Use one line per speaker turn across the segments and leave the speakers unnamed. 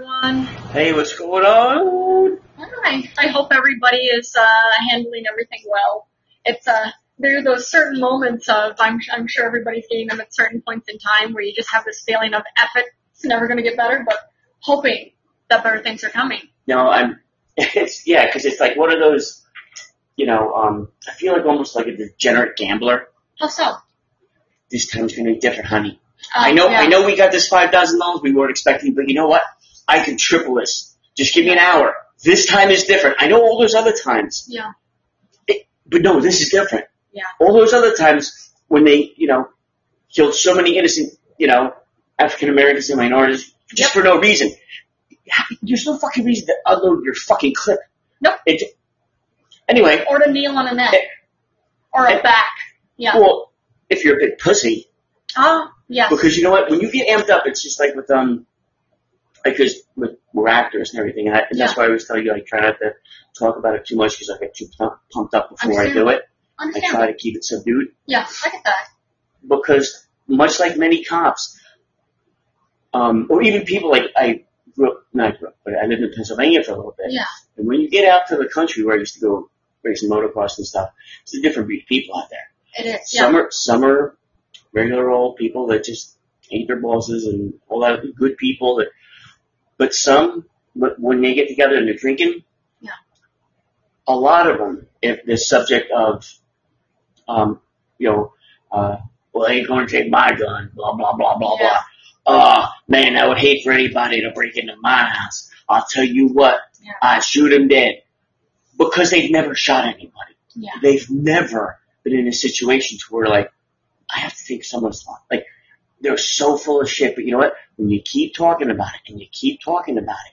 everyone.
Hey, what's going on?
Hi. I hope everybody is uh, handling everything well. It's uh, there are those certain moments of I'm I'm sure everybody's getting them at certain points in time where you just have this feeling of effort. It's never going to get better, but hoping that better things are coming.
No, I'm. It's yeah, because it's like one of those. You know, um, I feel like almost like a degenerate gambler.
How so?
This time's gonna be different, honey.
Uh,
I know,
yeah.
I know, we got this five thousand dollars we weren't expecting, but you know what? I can triple this. Just give me an hour. This time is different. I know all those other times,
Yeah.
but no, this is different.
Yeah.
All those other times when they, you know, killed so many innocent, you know, African Americans and minorities
Yep.
just for no reason. There's no fucking reason to unload your fucking clip.
Nope.
It, anyway,
Or to kneel on a neck. Or
Eh.
a back. Yeah.
well, if you're a big pussy,
Oh, yeah.
Because you know what? When you get amped up, it's just like with um, because with we're actors and everything, and, I, and that's why I always tell you like try not to talk about it too much because I get too pump, pumped up before I do it. I
Understand.
try to keep it subdued
Yeah, I get that.
because much like many cops, um, or even people like I grew up, not grew up, but I lived in Pennsylvania for a little bit.
Yeah.
And when you get out to the country where I used to go racing motocross and stuff, it's a different breed of people out there.
It is. Yeah.
Some are, some are regular old people that just hate their bosses and all that good people that, but some, but when they get together and they're drinking,
Yeah.
a lot of them, if the subject of, um, you know, uh, well, they ain't gonna take my gun, blah, blah, blah, blah,
Yeah.
blah. Uh, man, I would hate for anybody to break into my house. I'll tell you what,
Yeah.
I'd shoot 'em dead. Because they've never shot anybody
Yeah.
they've never been in a situation to where like I have to take someone's life. Like they're so full of shit, but you know what? When you keep talking about it and you keep talking about it,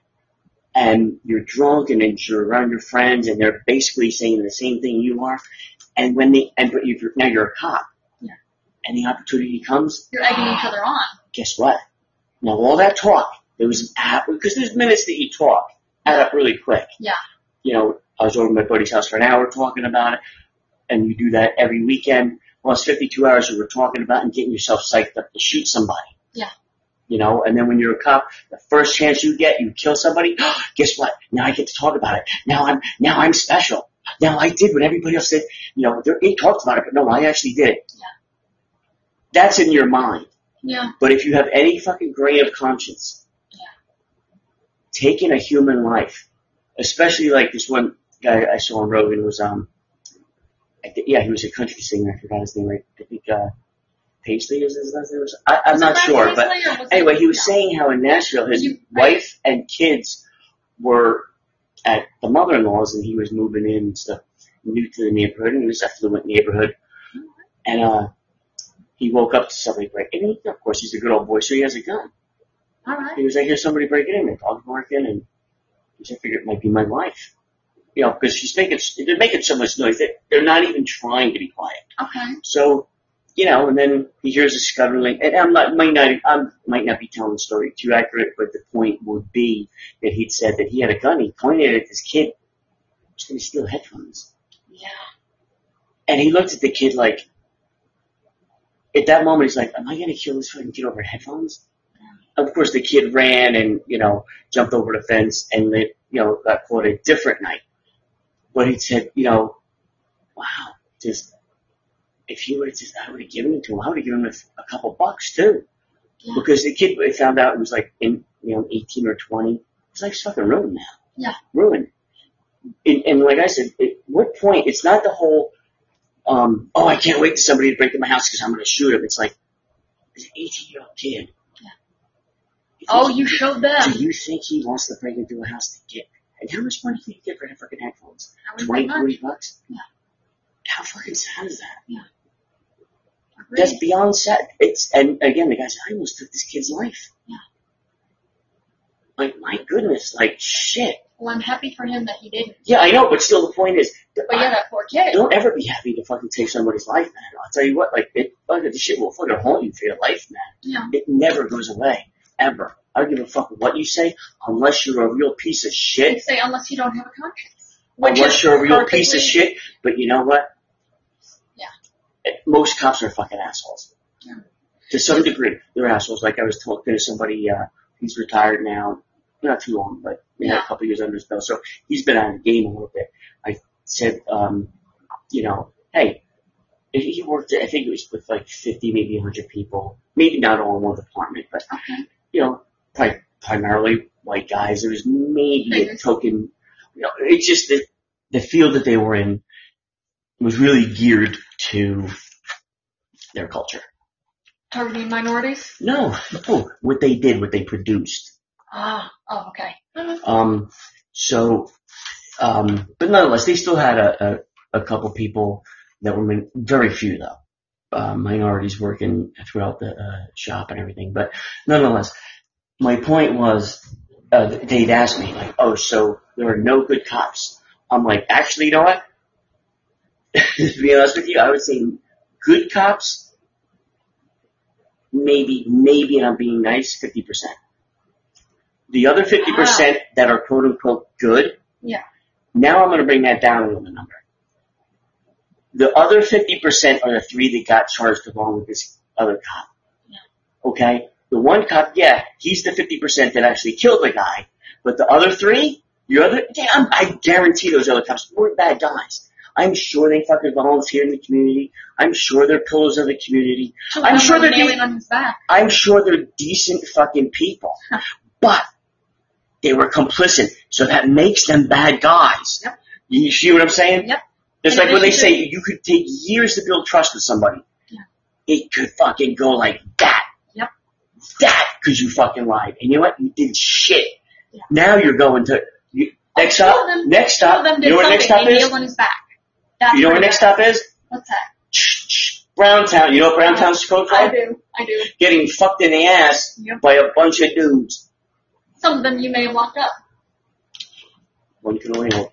and you're drunk and then you're around your friends and they're basically saying the same thing you are, and when they and but if you're, now you're a cop,
Yeah.
and the opportunity comes,
You're egging each other on.
guess what? Now all that talk, there was an hour, because there's minutes that you talk add up really quick.
Yeah.
You know, I was over at my buddy's house for an hour talking about it, and you do that every weekend. Well, it's 52 hours you were talking about and getting yourself psyched up to shoot somebody.
Yeah.
You know, and then when you're a cop, the first chance you get, you kill somebody. Guess what? Now I get to talk about it. Now I'm now I'm special. Now I did what everybody else did. You know, they're- they talked about it, but no, I actually did it.
Yeah.
That's in your mind.
Yeah.
But if you have any fucking grain of conscience, taking a human life, especially like this one guy I saw on Rogan was um, I thi- yeah, he was a country singer. I forgot his name. Right? I think uh, Paisley is his last name. or something. I, I'm
Was
not
it Leslie
sure, but
or was it-
anyway, he was
yeah.
saying how in Nashville his
You-
wife and kids were at the mother-in-law's, and he was moving in and stuff, new to the neighborhood, and this affluent neighborhood, and uh, he woke up to somebody breaking. And he, of course, he's a good old boy, so he has a gun.
All right.
He was like, "Here's somebody breaking in." I called Morgan, and he said, "I figured it might be my wife." You know, because she's making they're making so much noise that they're not even trying to be quiet.
Okay.
So, you know, and then he hears a scuttling, and I'm not might not I might not be telling the story too accurate, but the point would be that he'd said that he had a gun. He pointed it at this kid. He's gonna steal headphones,
Yeah.
and he looked at the kid like. At that moment, he's like, "Am I gonna kill this fucking kid over headphones?" Of course, the kid ran and you know jumped over the fence and they, you know got caught a different night. But he said, you know, wow, just if he would have just, I would have given it to him. I would have given him a, f- a couple bucks too,
Yeah.
because the kid I found out was like in you know eighteen or twenty. It's like he's fucking ruined now.
Yeah.
ruined. And, and like I said, at what point? It's not the whole. Um, oh, I can't wait for somebody to break into my house because I'm going to shoot him. It's like it's an eighteen-year-old kid.
Yeah.
If
Oh,
he's-
you showed them.
Do you think he wants to break into a house to get? And how much money can you get for freaking headphones?
I would
Twenty,
like "Oh,
forty
mine.
bucks?
Yeah.
How fucking sad is that?
Agreed.
That's beyond sad. It's and again, the guy said, I almost took this kid's life.
Yeah.
Like my goodness, like shit.
Well, I'm happy for him that he didn't.
Yeah, I know, but still, the point is, that
But yeah, that poor kid.
don't ever be happy to fucking take somebody's life, man. I'll tell you what, like it, fucking the shit will fucking haunt you for your life, man.
Yeah.
It never goes away, ever. I don't give a fuck what you say, unless you're a real piece of
They
shit.
say unless you don't have a conscience.
unless
is
you're a real piece of
perfectly-
shit. But you know what?
Yeah.
Eh, Most cops are fucking assholes.
Yeah.
To some degree, they're assholes. Like I was talking to somebody, uh, he's retired now, not too long, but you know,
Yeah.
a couple years under his belt. So he's been on the game a little bit. I said, um, you know, hey, if he worked, I think it was with like 50, maybe 100 people, maybe not all in one department, but,
Okay.
you know, pri- primarily white guys. There was maybe a
Mhm.
token, you know, it's just that the field that they were in was really geared to their culture.
Targeting minorities?
No, no, what they did, what they produced.
Ah, oh, okay.
Um, so, um, but nonetheless, they still had a, a, a couple people that were min- very few though. Uh, minorities working throughout the uh, shop and everything, but nonetheless, my point was uh, they'd asked me like, "Oh, so there are no good cops?" I'm like, actually, you know what? to be honest with you, I would say good cops. Maybe, maybe and I'm being nice, fifty percent. The other fifty percent that are quote unquote good.
Yeah.
Now I'm going to bring that down a little number. The other fifty percent are the three that got charged along with this other cop.
Yeah.
Okay. The one cop, yeah, he's the fifty percent that actually killed the guy, but the other three, your other, damn, I guarantee those other cops weren't bad guys. I'm sure they fucking volunteer in the community. I'm sure they're pillars of the community. I'm sure they're
nailing
being-
on his back.
I'm sure they're decent fucking people, but they were complicit, so that makes them bad guys.
Yep.
You see what I'm saying?
Yep.
It's
In
like when they
addition to-
say you could take years to build trust with somebody.
Yeah.
It could fucking go like that.
Yep.
That because you fucking lied, and you know what? You did shit.
Yeah.
Now you're going to you, next
Two of
stop.
them-
Next
Two of
stop.
them
You
did
know what
something.
next stop
they
is?
nailed on his back. That's
You know
where
what next
that-
stop is?
What's that?
Browntown. You know what Browntown's code
I
for?
do. I do.
Getting fucked in the ass
Yep.
by a bunch of dudes.
Some of them you may have locked up.
one can only hope.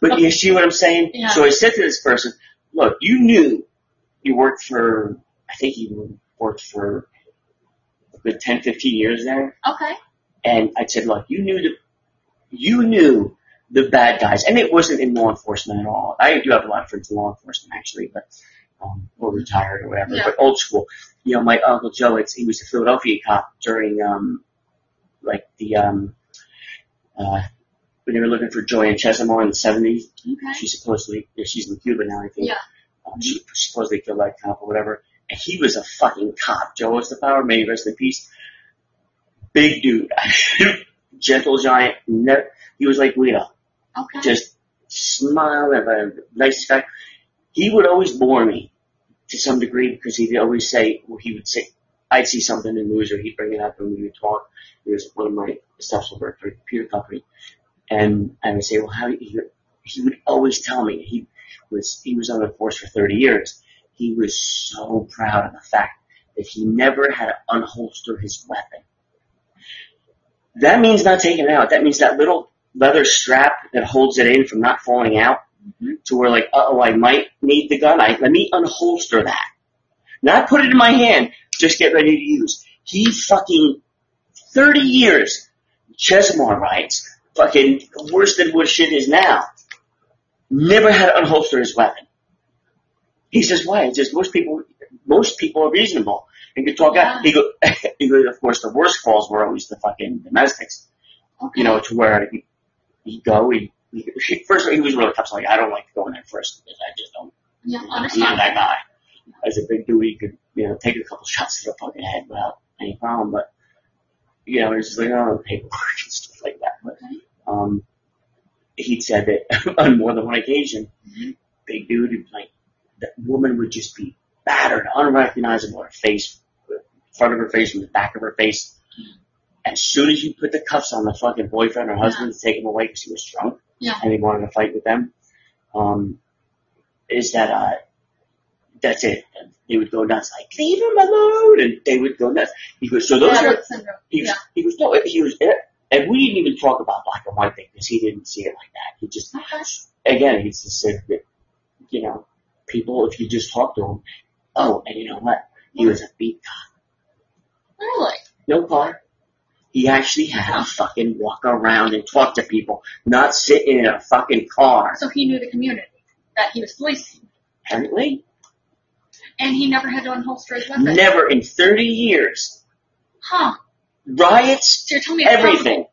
But you see what I'm saying?
Yeah.
So I said to this person, look, you knew you worked for, I think you worked for a good 10, 15 years there.
Okay.
And I said, look, you knew the, you knew the bad guys. And it wasn't in law enforcement at all. I do have a lot of friends in law enforcement actually, but, um, or retired or whatever,
Yeah.
but old school. You know, my Uncle Joe, it's, he was a Philadelphia cop during, um, like the, um, uh, when they were looking for Joanne Chesimard in the 70s,
Okay.
she supposedly yeah, she's in Cuba now, I think.
Yeah.
Um, she supposedly killed that cop or whatever. And he was a fucking cop. Joe was the power, may he rest in peace. Big dude, gentle giant. Ne- he was like Guido,
Okay.
just smile and a nice guy. He would always bore me to some degree because he'd always say, well, he would say, I'd see something in the news or he'd bring it up and we would talk. He was one of my stuffs over at a computer company. And I would say, well, how, he, he would always tell me he was, he was on the force for 30 years. He was so proud of the fact that he never had to unholster his weapon. That means not taking it out. That means that little leather strap that holds it in from not falling out
Mhm.
to where like, uh oh, I might need the gun. I, let me unholster that. Not put it in my hand. Just get ready to use. He fucking 30 years, Chesimard writes, fucking worse than what shit is now. Never had to unholster his weapon. He says, why? He says, most people, most people are reasonable. And you talk out, he go, he goes, of course, the worst calls were always the fucking domestics
Okay.
you know, to where he, he'd go, he, he, first of all, he was really tough, so like, I don't like going there first, because I just don't,
Yeah,
I'm not
understand.
that guy. As a big dude, he could, you know, take a couple shots to the fucking head without any problem, but, you know, he's just like, oh, paperwork and stuff like that, but,
Okay.
um, he'd said that on more than one occasion,
Mhm.
big dude, he'd be like, that woman would just be battered, unrecognizable, her face, front of her face from the back of her face.
Mm-hmm.
As soon as you put the cuffs on the fucking boyfriend or husband to take him away because he was drunk
Yeah.
and he wanted to fight with them, um, is that, uh, that's it. They would go nuts, like, leave him alone, and they would go nuts. He goes, so those are,
Barrett syndrome.
he was,
Yeah.
he was, no, he was, and we didn't even talk about black and white thing because he didn't see it like that. He just,
Okay.
again, he just said that, you know, people, if you just talk to him, oh, and you know what? He was a beat cop.
Really?
No car. He actually had to fucking walk around and talk to people, not sit in a fucking car.
So he knew the community that he was policing,
Apparently,
and he never had to unholster his weapon.
never in 30 years
Huh.
riots,
So you're telling me it's
everything.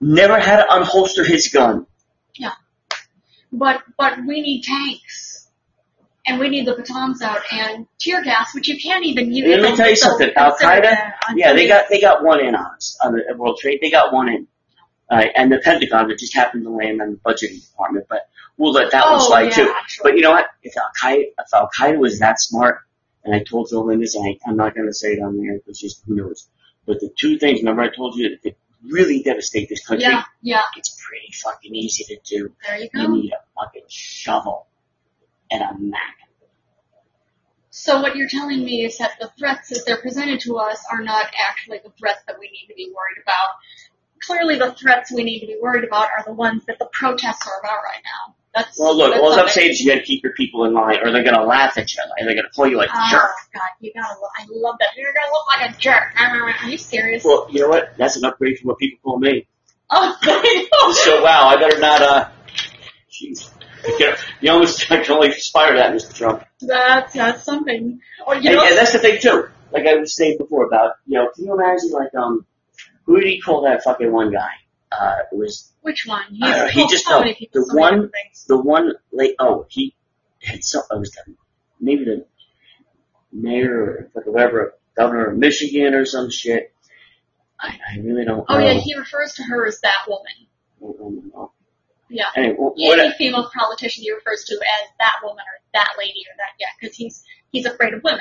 Never had to unholster his gun.
possible. But but we need tanks, and we need the batons out and tear gas, which you can't even use.
Let me tell you
So
something,
consider
Al-Qaeda,
that on
Yeah, they
police.
got they got one in on us on the World Trade. They got one in, uh, and the Pentagon that just happened to land on the budgeting department. But we'll let that one
Oh,
slide
yeah,
too.
actually.
But you know what? If Al Qaeda if Al Qaeda was that smart, and I told Phil Lindis, and I, I'm not going to say it on the air because just who knows. But the two things, remember I told you that could really devastate this country.
yeah, yeah.
It's pretty fucking easy to do.
There you
You
go.
need a fucking shovel and a Mac.
So what you're telling me is that the threats as they're presented to us are not actually the threats that we need to be worried about. Clearly the threats we need to be worried about are the ones that the protests are about right now. That's
Well, look,
that's
all I'm
something.
saying is you got to keep your people in line, or they're going to laugh at you, and they're going to call you like
Oh
a jerk.
god, you gotta look, I love that. You're gonna look like a jerk. Are you serious?
Well, you know what? That's an upgrade from what people call me.
Oh, I know.
So wow, I better not. uh Jeez, you, know, almost I can only aspire to that, Mr. Trump.
that's, that's something. Or, you
And,
know,
and that's the thing too. Like I was saying before about you know, can you imagine like um, who did he call that fucking one guy? Uh, it was
which one? He's
I don't know, he
told
just
so
know.
many people
The
so many
one-
different things.
the one late. Oh, he had some. I was the, maybe the mayor or whatever, governor of Michigan or some shit. I, I really don't.
Oh
know.
yeah, he refers to her as that woman.
I don't know.
Yeah.
Anyway, wh- what,
any female politician he refers to as that woman or that lady or that yeah, because he's he's afraid of women.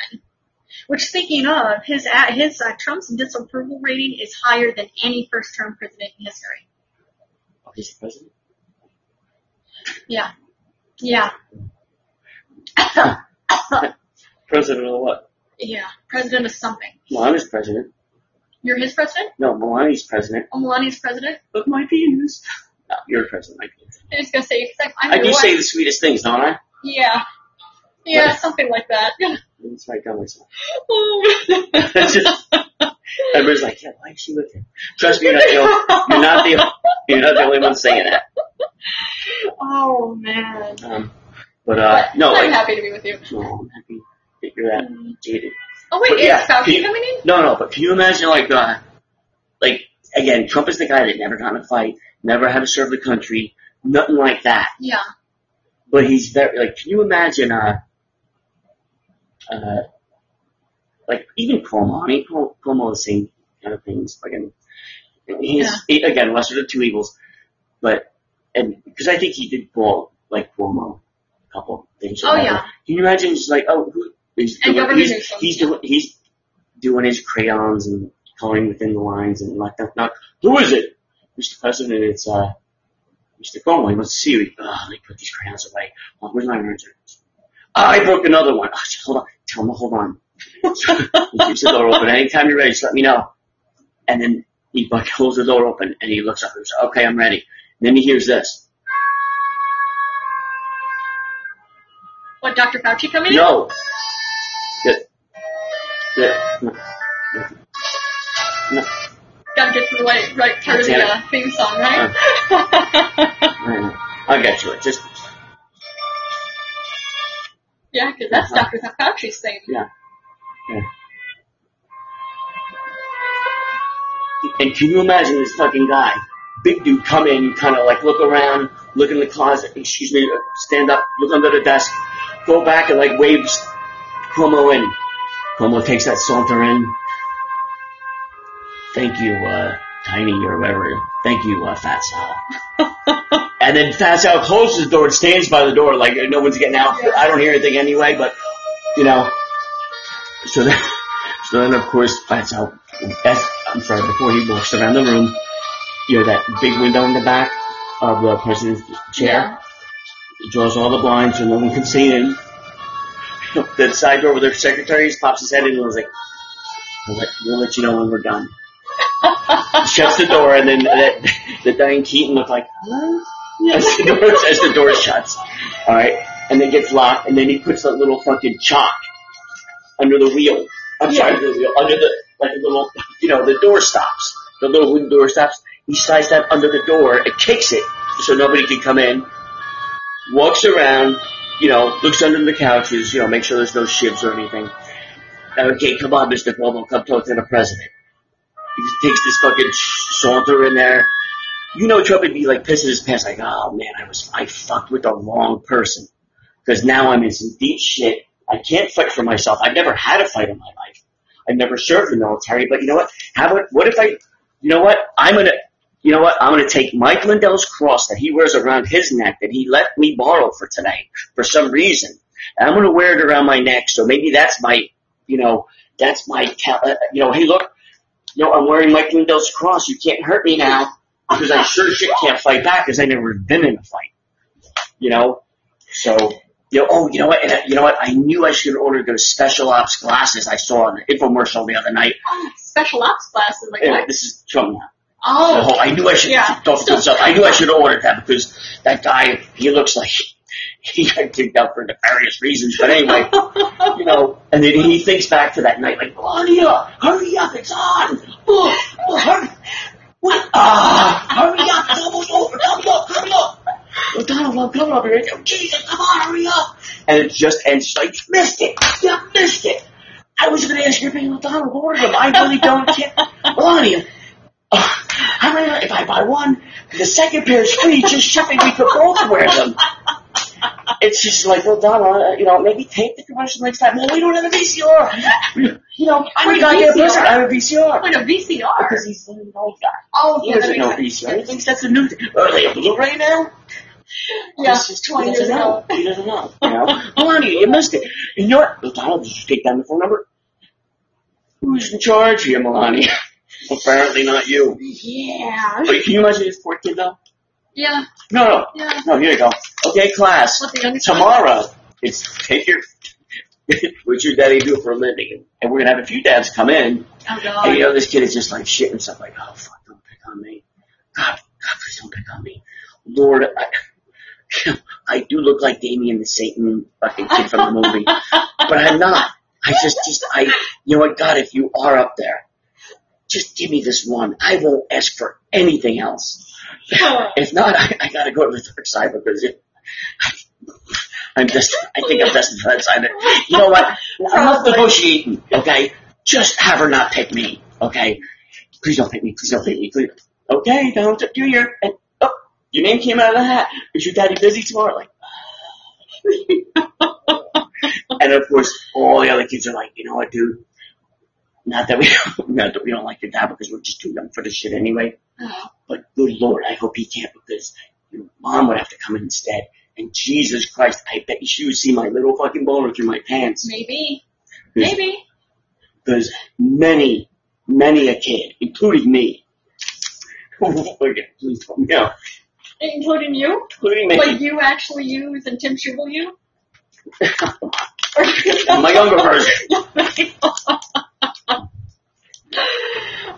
Which, speaking of, his uh, his uh, Trump's disapproval rating is higher than any first-term president in history.
oh, he's the president.
Yeah, yeah,
President of what?
yeah. President of something.
Melania's president.
You're his president.
No, Melania's president.
Oh, Melania's president.
Look, my penis. No, you're president. I,
I was gonna say exactly. I,
I
mean,
do
what?
say the sweetest things, don't I?
Yeah, yeah,
What?
something like that.
That's why I got myself.
Oh.
It's just- Everybody's like, yeah, why is she with him? Trust me, you're not the only, you're not the, you're not the only one saying that.
oh man.
Um, but uh,
But
no,
I'm
like,
happy to be with you.
no, I'm happy that you're that
Mm.
jaded.
Oh wait,
But
is
yeah,
Fauci
he-
coming in?
No, no, but can you imagine like, uh, like again, Trump is the guy that never got in a fight, never had to serve the country, nothing like that.
Yeah.
but he's very like. Can you imagine? Uh, uh, like even Cuomo. I mean, Cuomo, Cuomo is saying kind of things. Like, and he's he- again lesser of two evils, but and because I think he did call like Cuomo a couple things. or
Oh,
whatever.
yeah.
Can you imagine? Just like oh, who, he's
And
doing,
Governor
he's,
Newsom.
he's doing he's doing his crayons and coloring within the lines and like that. Not who is it, Mr. President? It's uh. Mr. Cuomo, he wants to see you. Oh, let me put these crayons away. Oh, where's my eraser? Ah, I broke another one. Oh, just hold on. Tell him to hold on. he keeps the door open. Anytime you're ready, just let me know. And then he like, holds the door open and he looks up and says, okay, I'm ready. And then he hears this.
What, Dr. Fauci coming in?
No. The, the, no. No.
Gotta get to the right, right part of the uh, theme song, right?
no. I'll get to it. Just,
yeah, because that's
Uh-huh.
Dr. Fauci's thing.
and can you imagine this fucking guy? Big dude come in, kind of like look around, look in the closet, excuse me, stand up, look under the desk, go back and like waves Cuomo in. Cuomo takes that saunter in. Thank you, uh, Tiny or whatever. Thank you, uh, Fat Sal. and then Fat Sal closes the door and stands by the door like no one's getting out. I don't hear anything anyway, but, you know. So then, so then of course Fat Sal, that's, I'm sorry, before he walks around the room, you know, that big window in the back of the president's chair
Yeah.
draws all the blinds so no one can see in. the side door with their secretaries pops his head in and was like, we'll let, we'll let you know when we're done. Shuts the door and then that, the Diane Keaton looked like, "Huh?" as the door, as the door shuts. Alright. And then gets locked and then he puts that little fucking chalk under the wheel. I'm sorry, under the wheel, under the, like a little, you know, the door stops. The little wooden door stops. He slides that under the door and kicks it so nobody can come in walks around, you know, looks under the couches, you know, make sure there's no shivs or anything. Okay, come on, Mr. Cuomo, come talk to the president. He just takes this fucking saunter in there. You know Trump would be like pissing his pants, like, oh man, I was, I fucked with the wrong person. Because now I'm in some deep shit. I can't fight for myself. I've never had a fight in my life. I've never served in the military, but you know what? How about, what if I, you know what? I'm gonna, you know what? I'm gonna take Mike Lindell's cross that he wears around his neck that he let me borrow for tonight for some reason. And I'm gonna wear it around my neck, so maybe that's my, you know, that's my, cal- uh, you know, hey look, you know, I'm wearing Mike Lindell's cross. You can't hurt me now because I sure as shit can't fight back because I never been in a fight. You know, so you know, oh, you know what? And, uh, you know what? I knew I should order those special ops glasses I saw on the infomercial the other night.
Oh, special ops classes, like
And
what?
this is Trump now.
Oh,
Oh, I knew I should
Yeah.
talk to myself. I knew I should order that because that guy, he looks like he got kicked out for nefarious reasons. But anyway, you know, and then he thinks back to that night like, Claudia, hurry up, it's on. Oh, oh, hurry. What? Ah, hurry up, it's almost over. Come up, come up. Oh, Donald, I'm coming up here. Oh, Jesus, come on, hurry up. And it just ends. She's like, you missed it. You missed it. I was going to ask you if anyone Donald ordered them. I really don't care. Melania, Oh, I mean, if I buy one, the second pair is free. Just shopping, we could both wear them. It's just like, well, Donna, uh, you know, maybe tape the commercial next time. Well, we don't have a VCR. You know, I'm a
Wait,
goddamn
VCR?
person. I have a VCR.
Wait, a VCR.
Because he's an old guy.
Oh,
He
yeah, that
doesn't
makes
know
sense.
VCR. He thinks that's a new thing. Are they a Blu-ray now?
Yeah,
This is
20
he
years
doesn't
ago.
know. He doesn't know. You know, Melania, you missed it. And you know what? Well, Donald, did you take down the phone number? Who's in charge here, Melania? Apparently not you.
Yeah.
Wait, can you imagine his poor kid though?
Yeah,
No, no,
yeah.
no. Here you go. Okay, class.
What the youngest
Tomorrow it's take your what your daddy do for a living, and we're gonna have a few dads come in.
Oh,
And you
God.
know this kid is just like shit and stuff. Like, oh fuck, don't pick on me. God, God, please don't pick on me. Lord, I, I do look like Damien the Satan fucking kid from the movie, but I'm not. I just, just, I, you know what, God, if you are up there, just give me this one. I won't ask for anything else. If not, I, I gotta go to the dark side because it, I'm just, I think I'm destined for that side. You know what? I'm not negotiating, okay? Just have her not pick me, okay? Please don't pick me, please don't pick me, please. Okay, Donald Duck Jr. And, oh, your name came out of the hat. Is your daddy busy tomorrow? Like, and of course, all the other kids are like, you know what, dude? Not that we don't, not that we don't like your dad because we're just too young for this shit anyway. But good lord, I hope he can't because your mom would have to come in instead. And Jesus Christ, I bet she would see my little fucking boner through my pants.
Maybe. Maybe.
Because many, many a kid, including me, fucking please help me out,
Including you?
including me,
Like you actually use and Tim Schubel you?
my younger version.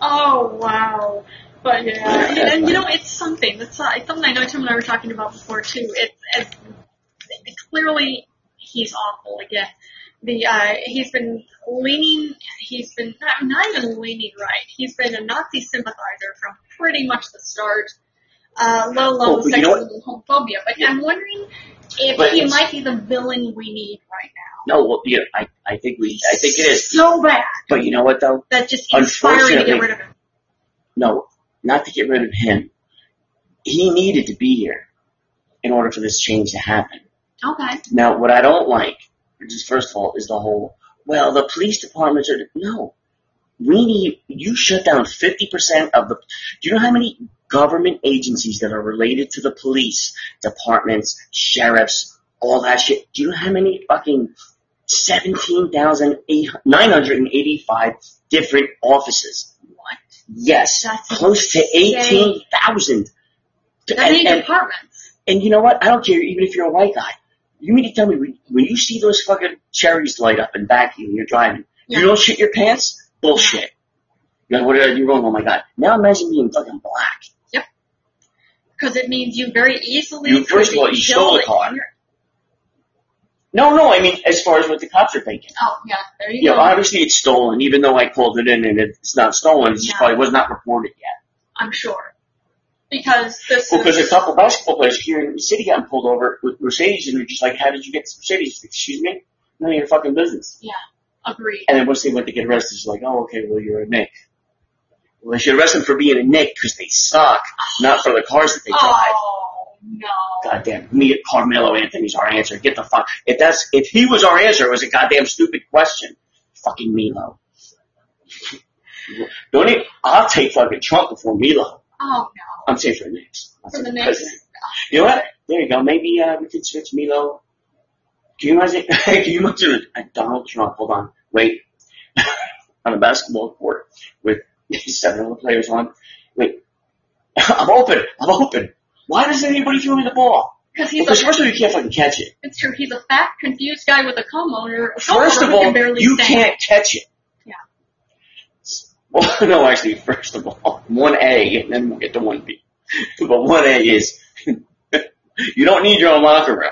oh wow! But yeah, and, and you know, it's something. It's, uh, it's something I know Tim and I were talking about before too. It's, it's clearly he's awful again. The uh, he's been leaning. He's been not, not even leaning right. He's been a Nazi sympathizer from pretty much the start. Uh, let alone
Oh, but you know
sexism and homophobia. But I'm wondering if
But
he
it's-
might be the villain we need right now.
No, well, you know, I, I think we, I think it is.
So bad
But you know what though?
that just inspiring to get
Unfortunately-
rid of him.
No, not to get rid of him. He needed to be here in order for this change to happen.
Okay.
Now, what I don't like, just first of all, is the whole, well, the police departments are, no. We need, you shut down 50% of the, do you know how many government agencies that are related to the police, departments, sheriffs, all that shit? Do you know how many fucking 17,985 different offices? What? Yes.
That's
close to
insane.
18,000.
That
And-
many
and-
departments.
and you know what? I don't care even if you're a white guy. You mean to tell me when, when you see those fucking cherries light up in back of you when you're driving,
Yeah.
you don't shit your pants? Bullshit. You're like, what are you wrong? Oh my god. Now imagine being fucking black.
Because it means you very easily.
You- first of all, you stole the car. No, no, I mean as far as what the cops are thinking.
Oh yeah, there you
You know,
go.
obviously it's stolen, even though I called it in and it's not stolen, it just
Yeah.
probably was not reported yet.
I'm sure. Because this
Well, because a
is
couple basketball players here in the city got pulled over with Mercedes and they're just like, how did you get this Mercedes? Excuse me? None of your fucking business.
agreed.
And then once they went to get arrested, it's like, oh, okay, well, you're a Nick. Well, they should arrest them for being a nick because they suck, not for the cars that they drive.
Oh no.
Goddamn, me, Carmelo Anthony's our answer. Get the fuck. If that's if he was our answer, it was a goddamn stupid question. Fucking Milo. Don't even, I'll take fucking Trump before Milo.
Oh no.
I'm saying for the Knicks. I'm
For
saying
the
president.
next.
You know what? There you go. Maybe uh, we could switch Milo. Can you imagine? can you imagine a, a uh, Donald Trump? Hold on, wait. on a basketball court with seven other players on. Wait, I'm open. I'm open. Why doesn't anybody throw me the ball?
Because he's
Because
a,
first of all, you can't fucking catch it.
it's true. He's a fat, confused guy with a comb owner.
First of all,
Oh, can barely
you
stand.
can't catch it.
Yeah.
Well, no, actually, first of all, one A, and then we'll get to one B. But one A is you don't need your own locker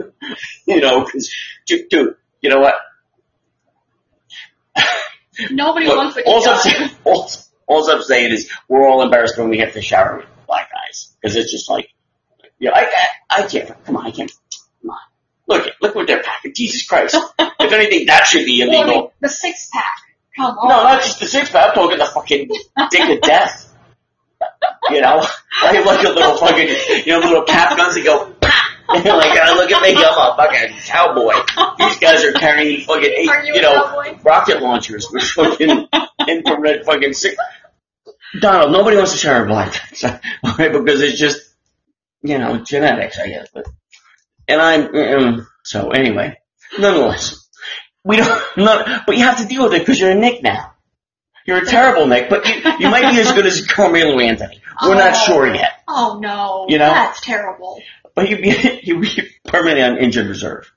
room. you know, because dude, dude, you know what?
Nobody
Look,
wants a
all's, I'm
guy.
saying, all's, all's I'm saying is we're all embarrassed when we have to shower with black guys because it's just like, you know, I, I, I can't. Come on, I can't. Come on. Look, look what they're packing. Jesus Christ! if anything, that should be
Well, I
illegal.
mean, the six pack. Come on.
No, not just the six pack. I'm talking the fucking dick of death. You know, I have like a little fucking, you know, little cap guns that go. "Pah!" like, uh, look at me, I'm a fucking cowboy. These guys are carrying fucking, eight,
Are you,
you
a
know,
cowboy?
rocket launchers with fucking infrared fucking six. Donald, nobody wants to share a blind so, okay, because it's just, you know, genetics, I guess. But and I'm mm, so anyway. Nonetheless, we don't. No, but you have to deal with it because you're a Nick now. You're a terrible Nick, but you, you might be as good as Carmelo Anthony. We're not
Oh.
sure yet,
Oh no.
You know?
That's terrible.
but you'd be you'd be permanently on injured reserve.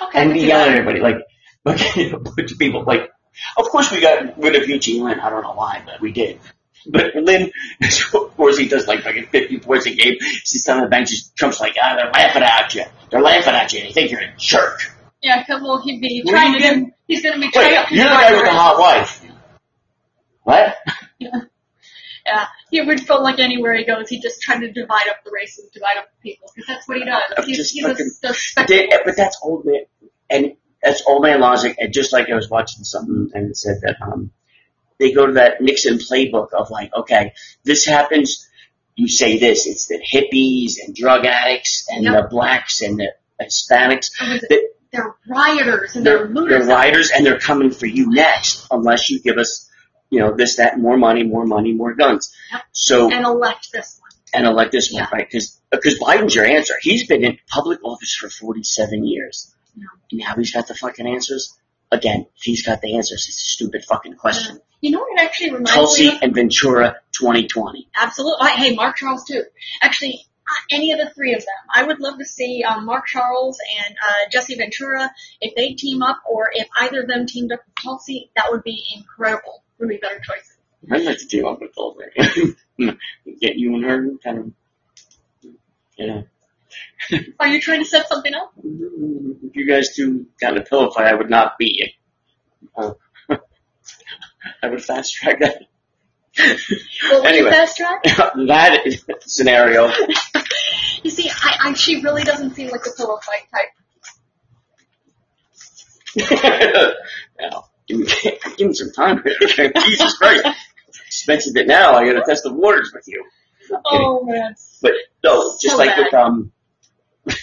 Okay.
and
we
be
can uh,
yelling at
do that.
everybody, like, like you know, a bunch of people, like, of course we got rid of Eugene Lynn, I don't know why, but we did. But Lynn, of course he does like fucking 50 points a game, sits down on the bench, and Trump's like, ah, they're laughing at you, they're laughing at you, they think you're a jerk.
Yeah, because well, he'd be
Were
trying
you
to.
getting-
do- he's going to be trying
Wait,
to.
you're the guy with the hot wife. What?
Yeah, he would feel like anywhere he goes, he just tried to divide up the races, divide up the people, because that's what he does.
I'm
he's
just
he's a,
fucking-
a
They-
spectacle.
eh, but that's old man, and that's old man logic. And just like I was watching something and it said that um, they go to that Nixon playbook of like, okay, this happens, you say this. It's the hippies and drug addicts and
Yep.
the blacks and the Hispanics.
It was-
They-
They're rioters and
They're
they're,
they're
looters.
rioters and they're coming for you next unless you give us, you know, this, that, more money, more money, more guns.
Yep.
So
and elect this one.
and elect this one,
Yeah.
right? Because Biden's your answer. He's been in public office for 47 years.
Yeah.
And now he's got the fucking answers. Again, if he's got the answers. It's a stupid fucking question.
You know what it actually reminds
Tulsi
me of?
and Ventura 2020.
Absolutely. Hey, Mark Charles too. Actually, uh, any of the three of them. I would love to see um, Mark Charles and uh, Jesse Ventura if they team up, or if either of them teamed up with Tulsi, that would be incredible. Would be better choices.
I'd like to team up with Tulsi. Get you and her kind of, you know.
Are you trying to set something up?
If you guys two got in a pillow fight, I would not be it. Uh, I would fast track that.
Well, would you
Anyway.
fast track?
that is- scenario.
You see, I, I she really doesn't seem like a pillow fight type.
now, give me, give me some time here. Jesus Christ. Just mentioned it now. I gotta test the waters with you.
Oh man.
But no,
So
just like
bad.
with, um, how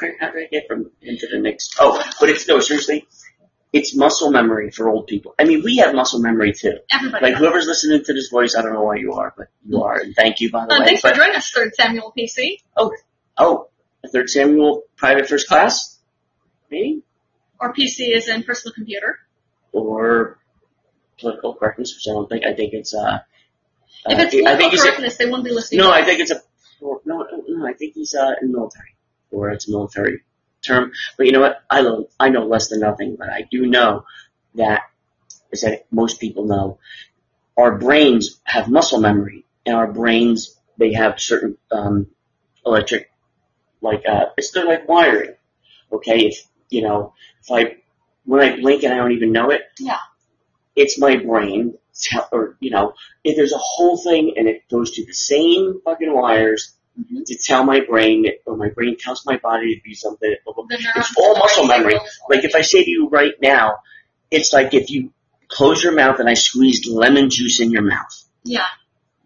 did I get from into the next? Oh, but it's, no, seriously, it's muscle memory for old people. I mean, we have muscle memory too.
Everybody.
Like whoever's listening to this voice, I don't know why you are, but you are, and thank you by the
uh,
way.
thanks for
But,
joining us, Third Samuel PC.
oh, third Samuel, private first class, maybe,
Or PC is in personal computer.
or political correctness, which I don't think. I think it's uh,
If it's
uh, I think
political
it's
correctness, they wouldn't be listening.
No,
to
I
us.
think it's a no, no, no. I think he's uh, in the military, or it's a military term. But you know what? I know I know less than nothing, but I do know that is that most people know our brains have muscle memory, and our brains they have certain um, electric like uh, it's they're like wiring. Okay, if you know if I when I blink and I don't even know it,
Yeah.
it's my brain tell, or you know if there's a whole thing and it goes to the same fucking wires
Mhm.
to tell my brain or my brain tells my body to do something. Blah, blah, blah.
The neurons
all
and the
muscle
brain
memory.
signals.
Like if I say to you right now, it's like if you closed your mouth and I squeezed lemon juice in your mouth.
Yeah.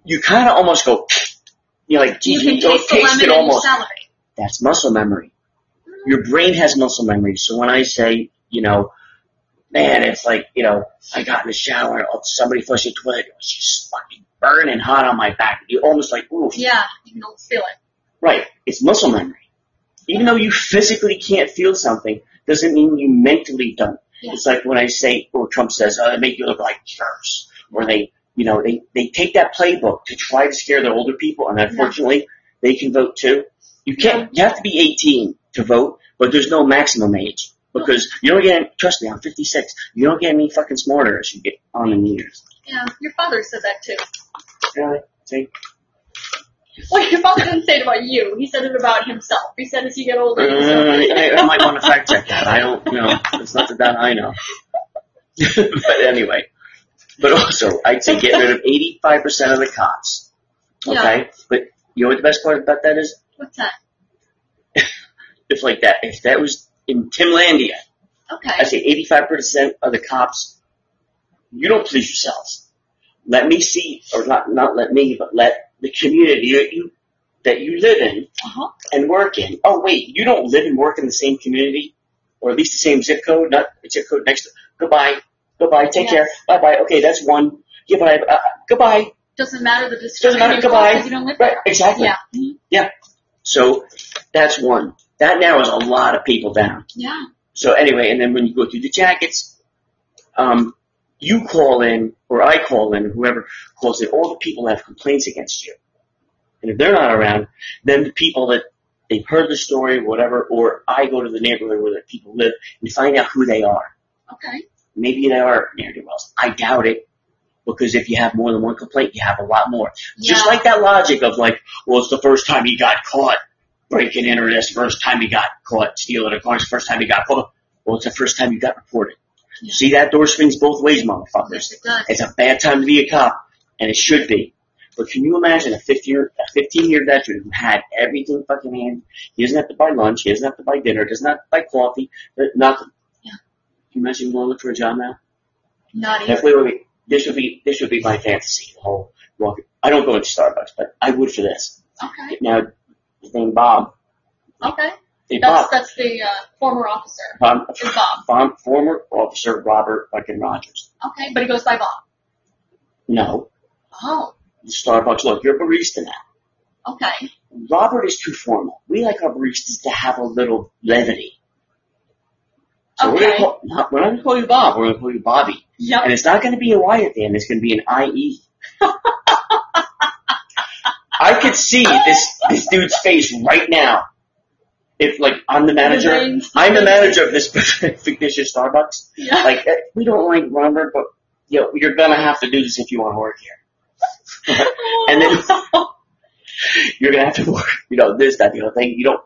You kind of almost go, you're like,
You
geez,
can
go
taste the lemon
it
and you
almost.
salivate.
That's muscle memory. Your brain has muscle memory. So when I say, you know, man, it's like, you know, I got in the shower, oh, somebody flushed the toilet, it was just fucking burning hot on my back. You're almost like, ooh,
Yeah, you can almost feel it.
Right. It's muscle memory. Even though you physically can't feel something, doesn't mean you mentally don't.
Yeah.
It's like when I say, or Trump says, oh, they make you look like jerks. Or they, you know, they, they take that playbook to try to scare the older people, and unfortunately, they can vote too. You can't, you have to be 18 to vote, but there's no maximum age. Because you don't get, trust me, I'm 56, you don't get any fucking smarter as you get on in years.
Yeah, your father said that too.
Really? See?
Well, your father didn't say it about you. He said it about himself. He said as you get
Uh,
older, you start
I, I might want to fact check that. I don't know. It's not that, that I know. but anyway, but also I'd say get rid of eighty five percent of the cops.
Yeah.
Okay, but you know what the best part about that is?
What's that?
If like that, if that was in Timlandia, I
Okay.
say eighty five percent of the cops, you don't please yourselves. Let me see, or not not let me, but let the community that you that you live in
Uh-huh.
and work in. Oh wait, you don't live and work in the same community, or at least the same zip code, not the zip code next. To, goodbye, goodbye. Take
Yes.
care. Bye bye. Okay, that's one. Goodbye. Uh, goodbye.
Doesn't matter the distance.
Doesn't matter, goodbye.
You don't live
Right.
there.
Exactly.
Yeah. Mm-hmm.
So that's one. That narrows a lot of people down.
Yeah.
So anyway, and then when you go through the jackets, um, you call in or I call in, whoever calls in, all the people that have complaints against you. And if they're not around, then the people that they've heard the story, whatever, or I go to the neighborhood where the people live and find out who they are.
Okay.
Maybe they are near do wells. I doubt it. Because if you have more than one complaint, you have a lot more.
Yeah.
Just like that logic of like, well, it's the first time he got caught breaking in, or this first time he got caught stealing a car, it's the first time he got caught. Well, it's the first time you got reported.
Yeah.
See that door swings both ways,
Yes,
motherfuckers.
it does.
It's a bad time to be a cop, and it should be. But can you imagine a 50 year, a 15 year veteran who had everything fucking hand? He doesn't have to buy lunch, he doesn't have to buy dinner, doesn't have to buy coffee, uh, nothing.
Yeah.
Can you imagine going to look for a job now?
Not even.
That's wait, wait, wait. This would be this would be my fantasy. The whole walk. I don't go into Starbucks, but I would for this.
Okay.
Now, his name Bob.
Okay.
Hey,
That's
Bob.
that's the uh, former officer.
Bob,
Is Bob.
Bob, former officer Robert fucking Rogers.
Okay, but he goes by Bob.
No,
Oh.
Starbucks. Look, you're a barista now.
Okay.
Robert is too formal. We like our baristas to have a little levity. So we're gonna
Okay.
call, not, we're not gonna call you Bob. We're gonna call you Bobby.
Yep.
And it's not going to be a Y at the end. It's going to be an IE. I could see this this dude's face right now. If like I'm the manager,
His name's-
I'm the manager of this fictitious Starbucks.
Yeah.
Like eh, we don't like Robert, but you know, you're gonna have to do this if you want to work here. and
then
You're gonna have to work. You know this that the other thing. You don't.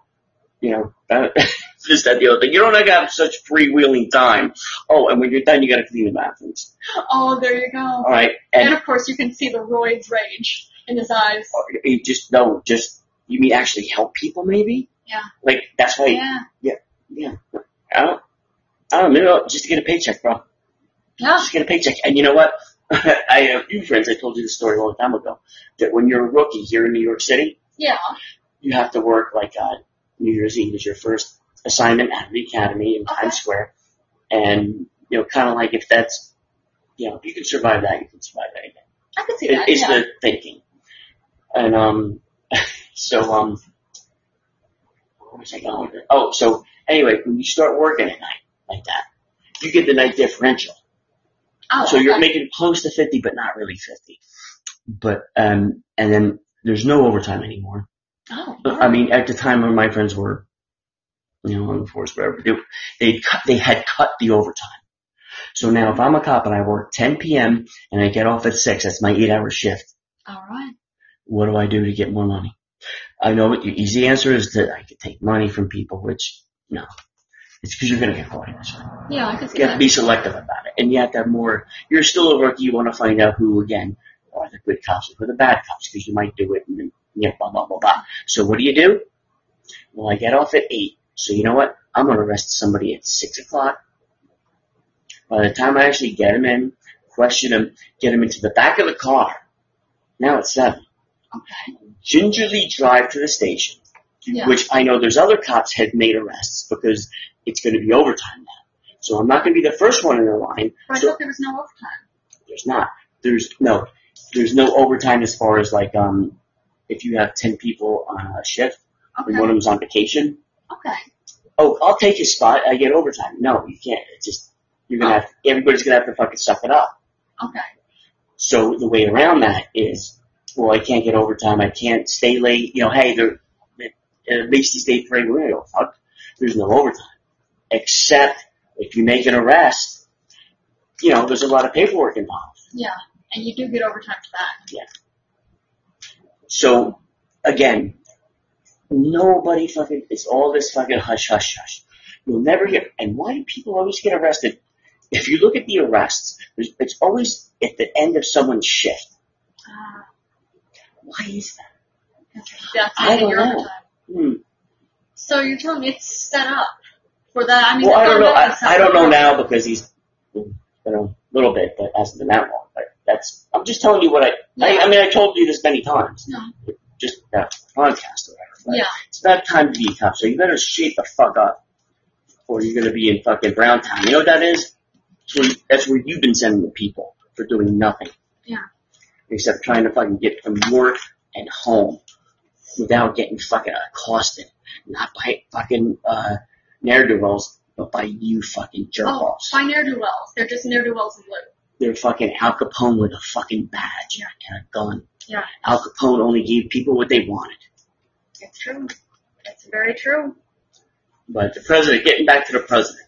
You know uh, this that the other thing. You don't like have such freewheeling time. Oh, and when you're done, you gotta clean the bathrooms.
Oh, there you go.
All right,
And,
and Oh,
of course, you can see the roid's rage in his eyes.
or you just no, just you mean actually help people maybe?
Yeah.
Like that's why
Yeah.
yeah. I don't I don't know, just to get a paycheck, bro.
Yeah.
Just to get a paycheck. And you know what? I have few friends, I told you this story a long time ago, that when you're a rookie here in New York City,
Yeah.
you have to work like uh New Year's Eve is your first assignment at the academy in
Okay.
Times Square. And you know, kinda like if that's you know, if you can survive that, you can survive anything.
I could see
It-
that.
It's
yeah.
the thinking. And um, so um, where was I going with it? Oh, so anyway, when you start working at night like that, you get the night differential.
oh,
So you're
okay.
making close to fifty, but not really fifty. But um, and then there's no overtime anymore.
Oh,
I mean, at the time when my friends were, you know, on the force, whatever, they they cut, they had cut the overtime. So now, if I'm a cop and I work 10 p.m. and I get off at six, that's my eight-hour shift
all right.
what do I do to get more money? I know what your easy answer is that I could take money from people, which no, it's because you're going to get caught.
Yeah, I could see
You have to
that.
be selective about it, and you have to have more. You're still a rookie. You want to find out who again are the good cops and who are the bad cops because you might do it and then you know, blah blah blah blah. So what do you do? Well, I get off at eight. So you know what? I'm going to arrest somebody at six o'clock. By the time I actually get him in, question him, get him into the back of the car. Now it's seven.
Okay.
Gingerly drive to the station,
Yeah.
which I know there's other cops had made arrests because it's going to be overtime now. So I'm not going to be the first one in the line.
But I
So
thought there was no overtime.
there's not. There's no. There's no overtime as far as like um, if you have ten people on a shift and one
Okay.
of them's on vacation.
Okay.
Oh, I'll take his spot. I get overtime. No, you can't. It's just you're
Oh.
gonna have. Everybody's gonna have to fucking suck it up.
Okay.
So the way around that is, well, I can't get overtime. I can't stay late. You know, hey, there, at least you stay parade. We don't give a oh, fuck. There's no overtime, except if you make an arrest. You know, there's a lot of paperwork involved.
Yeah. And you do get overtime for that.
So again, nobody fucking. It's all this fucking hush, hush, hush. You'll never hear. And why do people always get arrested? If you look at the arrests, there's, it's always at the end of someone's shift.
Ah,
Uh, Why is that?
that's
I don't
your
know.
overtime.
Hmm.
So you're telling me it's set up for that? I mean,
Well, I
it's
don't know.
automatic
I,
set
I don't know
up.
now because he's, you know, a little bit, but hasn't been that long. But that's. I'm just telling you what I. I, I mean, I told you this many times.
No.
Just that podcast or whatever. but
Yeah.
It's not time to be a cop, so you better shape the fuck up, or you're gonna be in fucking Brown Town. You know what that is? That's where, that's where you've been sending the people for doing nothing.
Yeah.
Except trying to fucking get from work and home without getting fucking accosted, not by fucking uh ne'er do wells, but by you fucking jerk
Oh,
offs.
by ne'er do wells. They're just ne'er do wells in blue.
They're fucking Al Capone with a fucking badge
Yeah.
and a gun.
Yeah.
Al Capone only gave people what they wanted.
It's true. It's very true.
But the president, getting back to the president,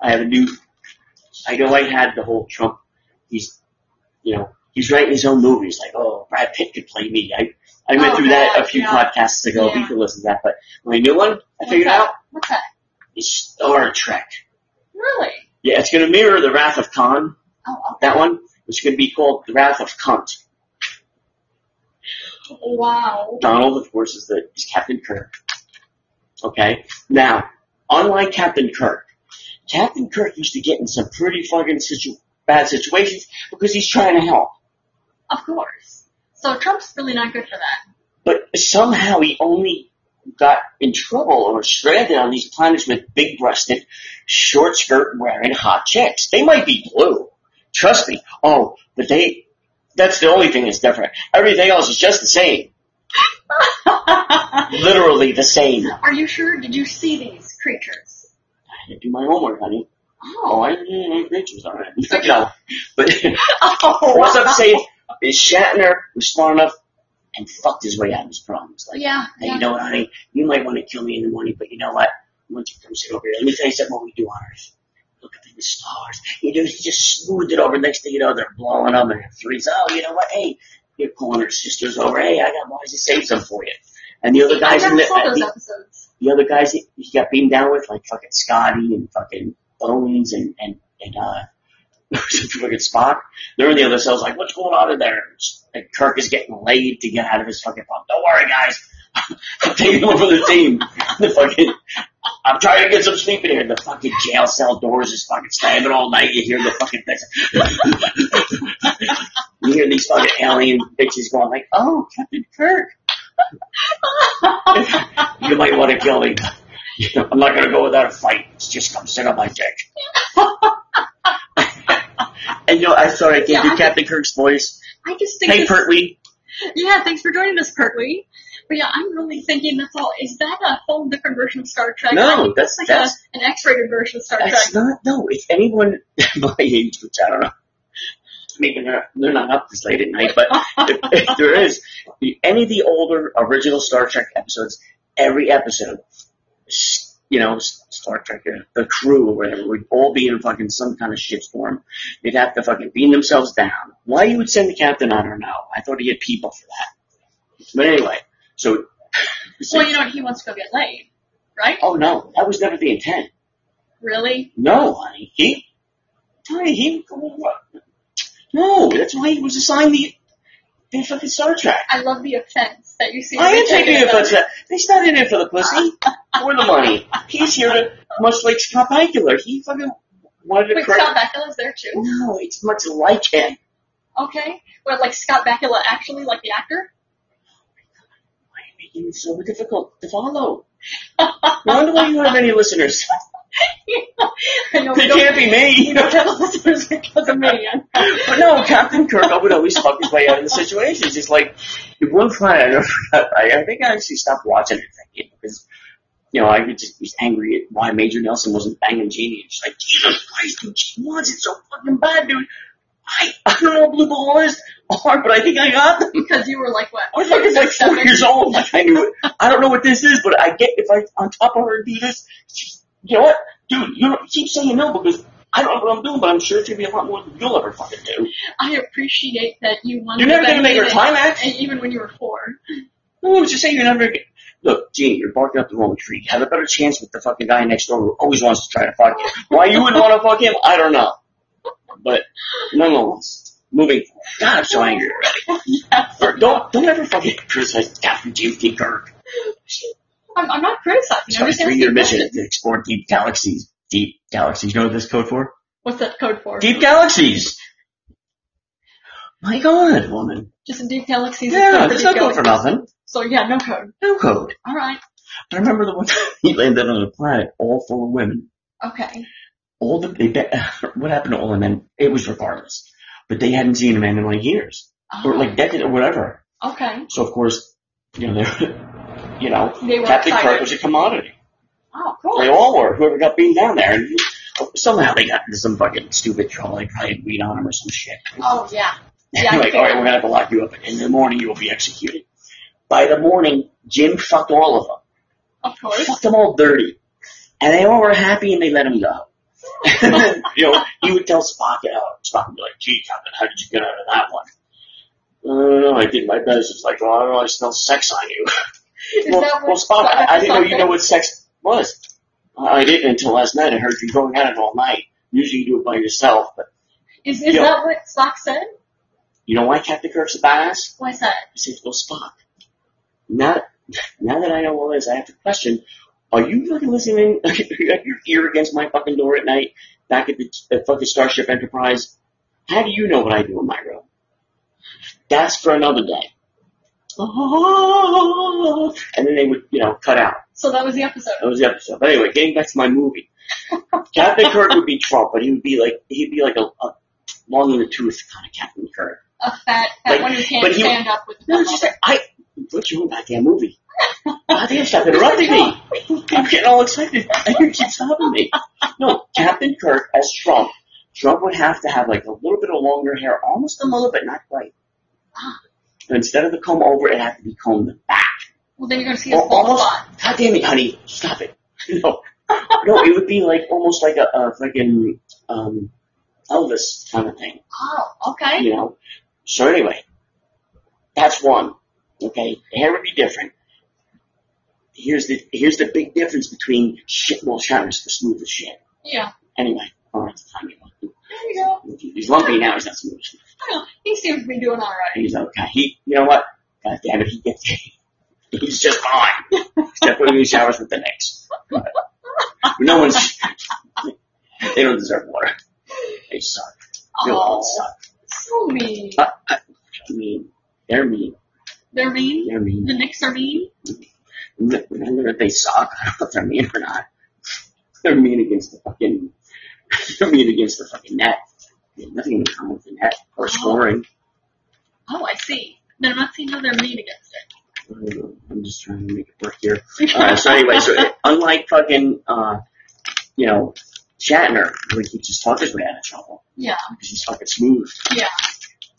I have a new. I know I had the whole Trump. He's, you know, he's writing his own movies. Like, oh, Brad Pitt could play me. I I went
Oh,
through that a
God,
few
yeah.
podcasts ago.
Yeah.
You can listen to that. But my new one, I
What's
figured
that?
out,
What's that?
is Star Trek.
Really?
Yeah, it's going to mirror the Wrath of Khan.
Oh, okay.
That one, which going to be called the Wrath of Cunt.
Wow.
Donald, of course, is the is Captain Kirk. Okay. Now, unlike Captain Kirk, Captain Kirk used to get in some pretty fucking situ- bad situations because he's trying to help.
Of course. So Trump's really not good for that.
But somehow he only got in trouble or stranded on these planets with big-breasted, short-skirt wearing hot chicks. They might be blue. Trust me. Oh, but they, that's the only thing that's different. Everything else is just the same. Literally the same. I
Are you sure? Did you see these creatures?
had to do my homework, honey. Oh,
Oh.
I didn't know creatures are in. No, but
oh
what's up
wow.
saying is Shatner was smart enough and fucked his way out of his problems. Like,
Yeah.
hey,
yeah.
you know what, honey? You might want to kill me in the morning, but you know what? Once you come sit over here, let me tell you something what we do on Earth. Look up at the stars. You know, he just smoothed it over. Next thing you know, they're blowing up and it freezes. Oh, you know what? Hey, you're calling her sisters over. Hey, I got wise to save some for you. And the other guys
I
in
never saw
the,
those
the
episodes.
the other guys that he got beamed down with, like fucking Scotty and fucking Bones and and and uh, fucking Spock, they're in the other cells. Like, what's going on in there? And Kirk is getting laid to get out of his fucking pump. Don't worry, guys. I'm taking over the team. The fucking, I'm trying to get some sleep in here. The fucking jail cell doors is fucking slamming all night. You hear the fucking things. you hear these fucking alien bitches going like, "Oh, Captain Kirk." you might want to kill me. You know, I'm not going to go without a fight. It's just come sit on my dick. and you know, I sorry, I can't
Yeah, I-
do Captain Kirk's voice.
I just think
Hey,
this-
Pertwee.
Yeah, thanks for joining us, Pertwee. But yeah, I'm really thinking that's all. Is that a whole different version of Star Trek? I
No,
think
that's
it's like
that's
a, an X-rated version of Star
that's
Trek.
not. No, if anyone my age, which I don't know, maybe they're they're not up this late at night, but if, if there is any of the older original Star Trek episodes, every episode, s- you know, s- Star Trek, uh, the crew or whatever, would all be in fucking some kind of shitstorm. They'd have to fucking beam themselves down. Why you would send the captain, I don't know. I thought he had people for that. But anyway, so.
Well, you know what? He wants to go get laid, right?
Oh no, that was never the intent.
Really?
No, honey. He, honey, he, no, that's why he was assigned the, the fucking Star Trek.
I love the offense that you see.
I am
every day
taking
about
offense
it.
to that. He's not in it for the pussy or the money. He's here to, much like Scott Bakula, he fucking What a
Wait,
crap.
Scott Bakula's there too?
No, it's much like him.
Okay. Well, like Scott Bakula actually, like the actor?
Why are you making this so difficult to follow? I wonder why you don't have any listeners.
I know we
It
don't-
can't be me.
we don't have listeners because of me.
But no, Captain Kirk, I would always fuck his way out of the situation. It's just like, at one point, I, never, I, I think I actually stopped watching it that year because, you know, I was just was angry at why Major Nelson wasn't banging Jeannie. And she's like, Jesus Christ, dude, she wants it so fucking bad, dude. I, I don't know what blue ball is, or, but I think I got them.
Because you were like, what?
I was like, it's like four years old. Like, I knew it. I don't know what this is, but I get if I on top of her do this. she's- You know what, dude? You don't- keep saying no because I don't know what I'm doing, but I'm sure it's gonna be a lot more than you'll ever fucking do.
I appreciate that you wanted
You're never
that
gonna make her
even-
climax.
Even when you were four.
No, just saying you're never gonna. Look, Gene, you're barking up the wrong tree. You have a better chance with the fucking guy next door who always wants to try to fuck you. Why you wouldn't want to fuck him, I don't know. But nonetheless, moving. God, I'm so angry already.
Yes.
Or Don't don't ever fucking criticize Captain James D. Kirk.
I'm, I'm not criticizing.
It's
I'm
got a
just asking
three-year mission
questions.
to explore deep galaxies. Deep galaxies. You know what this code for?
What's that code for?
Deep galaxies. My God, woman.
Just in deep galaxies. it's
Yeah,
code for
there's
deep
no code for
galaxies.
nothing.
So yeah, no code.
No code.
All right.
I remember the one time he landed on a planet all full of women.
Okay.
all the they, what happened to all the men? It was regardless, but they hadn't seen a man in like years or
Ah.
like decades or whatever.
Um, Okay.
So of course, you know, they're, you know,
They were
Captain Kirk
excited.
was a commodity.
Oh, cool.
They all were. Whoever got beaten down there, and somehow they got into some fucking stupid trouble. They probably had weed on him or some shit.
Oh yeah. Yeah.
like, all right, we're
okay.
gonna have to lock you up. In the morning, you will be executed. By the morning, Jim fucked all of them.
Of course.
fucked them all dirty. And they all were happy and they let him go. you know, he would tell Spock, you know, Spock would be like, gee, Captain, how did you get out of that one? I don't know, I did my best. It's like, well, I don't know, I smell sex on you.
Is
well,
that
well,
what?
Spock, I, I didn't know you
something?
know what sex was. Well, I didn't until last night. I heard you going at it all night. Usually you do it by yourself, but
Is is
Yo.
that what Spock said?
you know why Captain Kirk's a badass?
Why is that?
I said, well, Spock, now, now that I know all this, I have to question, are you fucking listening? you have your ear against my fucking door at night back at the at fucking Starship Enterprise? How do you know what I do in my room? That's for another day. And then they would, you know, cut out.
So that was the episode.
That was the episode. But anyway, getting back to my movie. Captain Kirk would be Trump, but he would be like, he'd be like a, a long in the tooth kind of Captain Kirk.
A fat fat
Like,
one who can't
but he-
stand up with.
No, it's just like, I, what's your own goddamn movie? Goddamn, stop interrupting me. I'm getting all excited. And you keep stopping me. No, Captain Kirk as Trump. Trump would have to have like a little bit of longer hair, almost a little, but not quite. So instead of the comb over, it had to be combed back.
Well, then you're gonna see his
Al-
bald
Almost.
spot.
God damn it, honey, stop it. No, no, it would be like almost like a, a fucking um, Elvis kind of thing
Oh, okay.
you know. So anyway, that's one. Okay, hair would be different. Here's the here's the big difference between shit. Well, Shatner's the smoothest shit.
Yeah.
Anyway, all right, it's time you
There you go.
He's lumpy now. He's not smooth.
Well, He seems to be doing all right.
He's okay. He, you know what? God damn it, he gets. He's just fine. Except when he showers with the Knicks. No one's. They don't deserve water. They suck. They all
Oh,
suck.
so mean.
I, I, I mean, they're mean.
They're mean.
They're mean.
The Knicks are mean.
whether they suck, I don't know if they're mean or not. They're mean against the fucking, they're mean against the fucking net. They have nothing in common with the net or scoring.
Oh, I see. They're not seeing how they're mean against it.
I don't know. I'm just trying to make it work here. Uh, so anyway, so unlike fucking, uh, you know, Shatner, who he just talk his way out of trouble.
Yeah.
Because he's fucking smooth.
Yeah.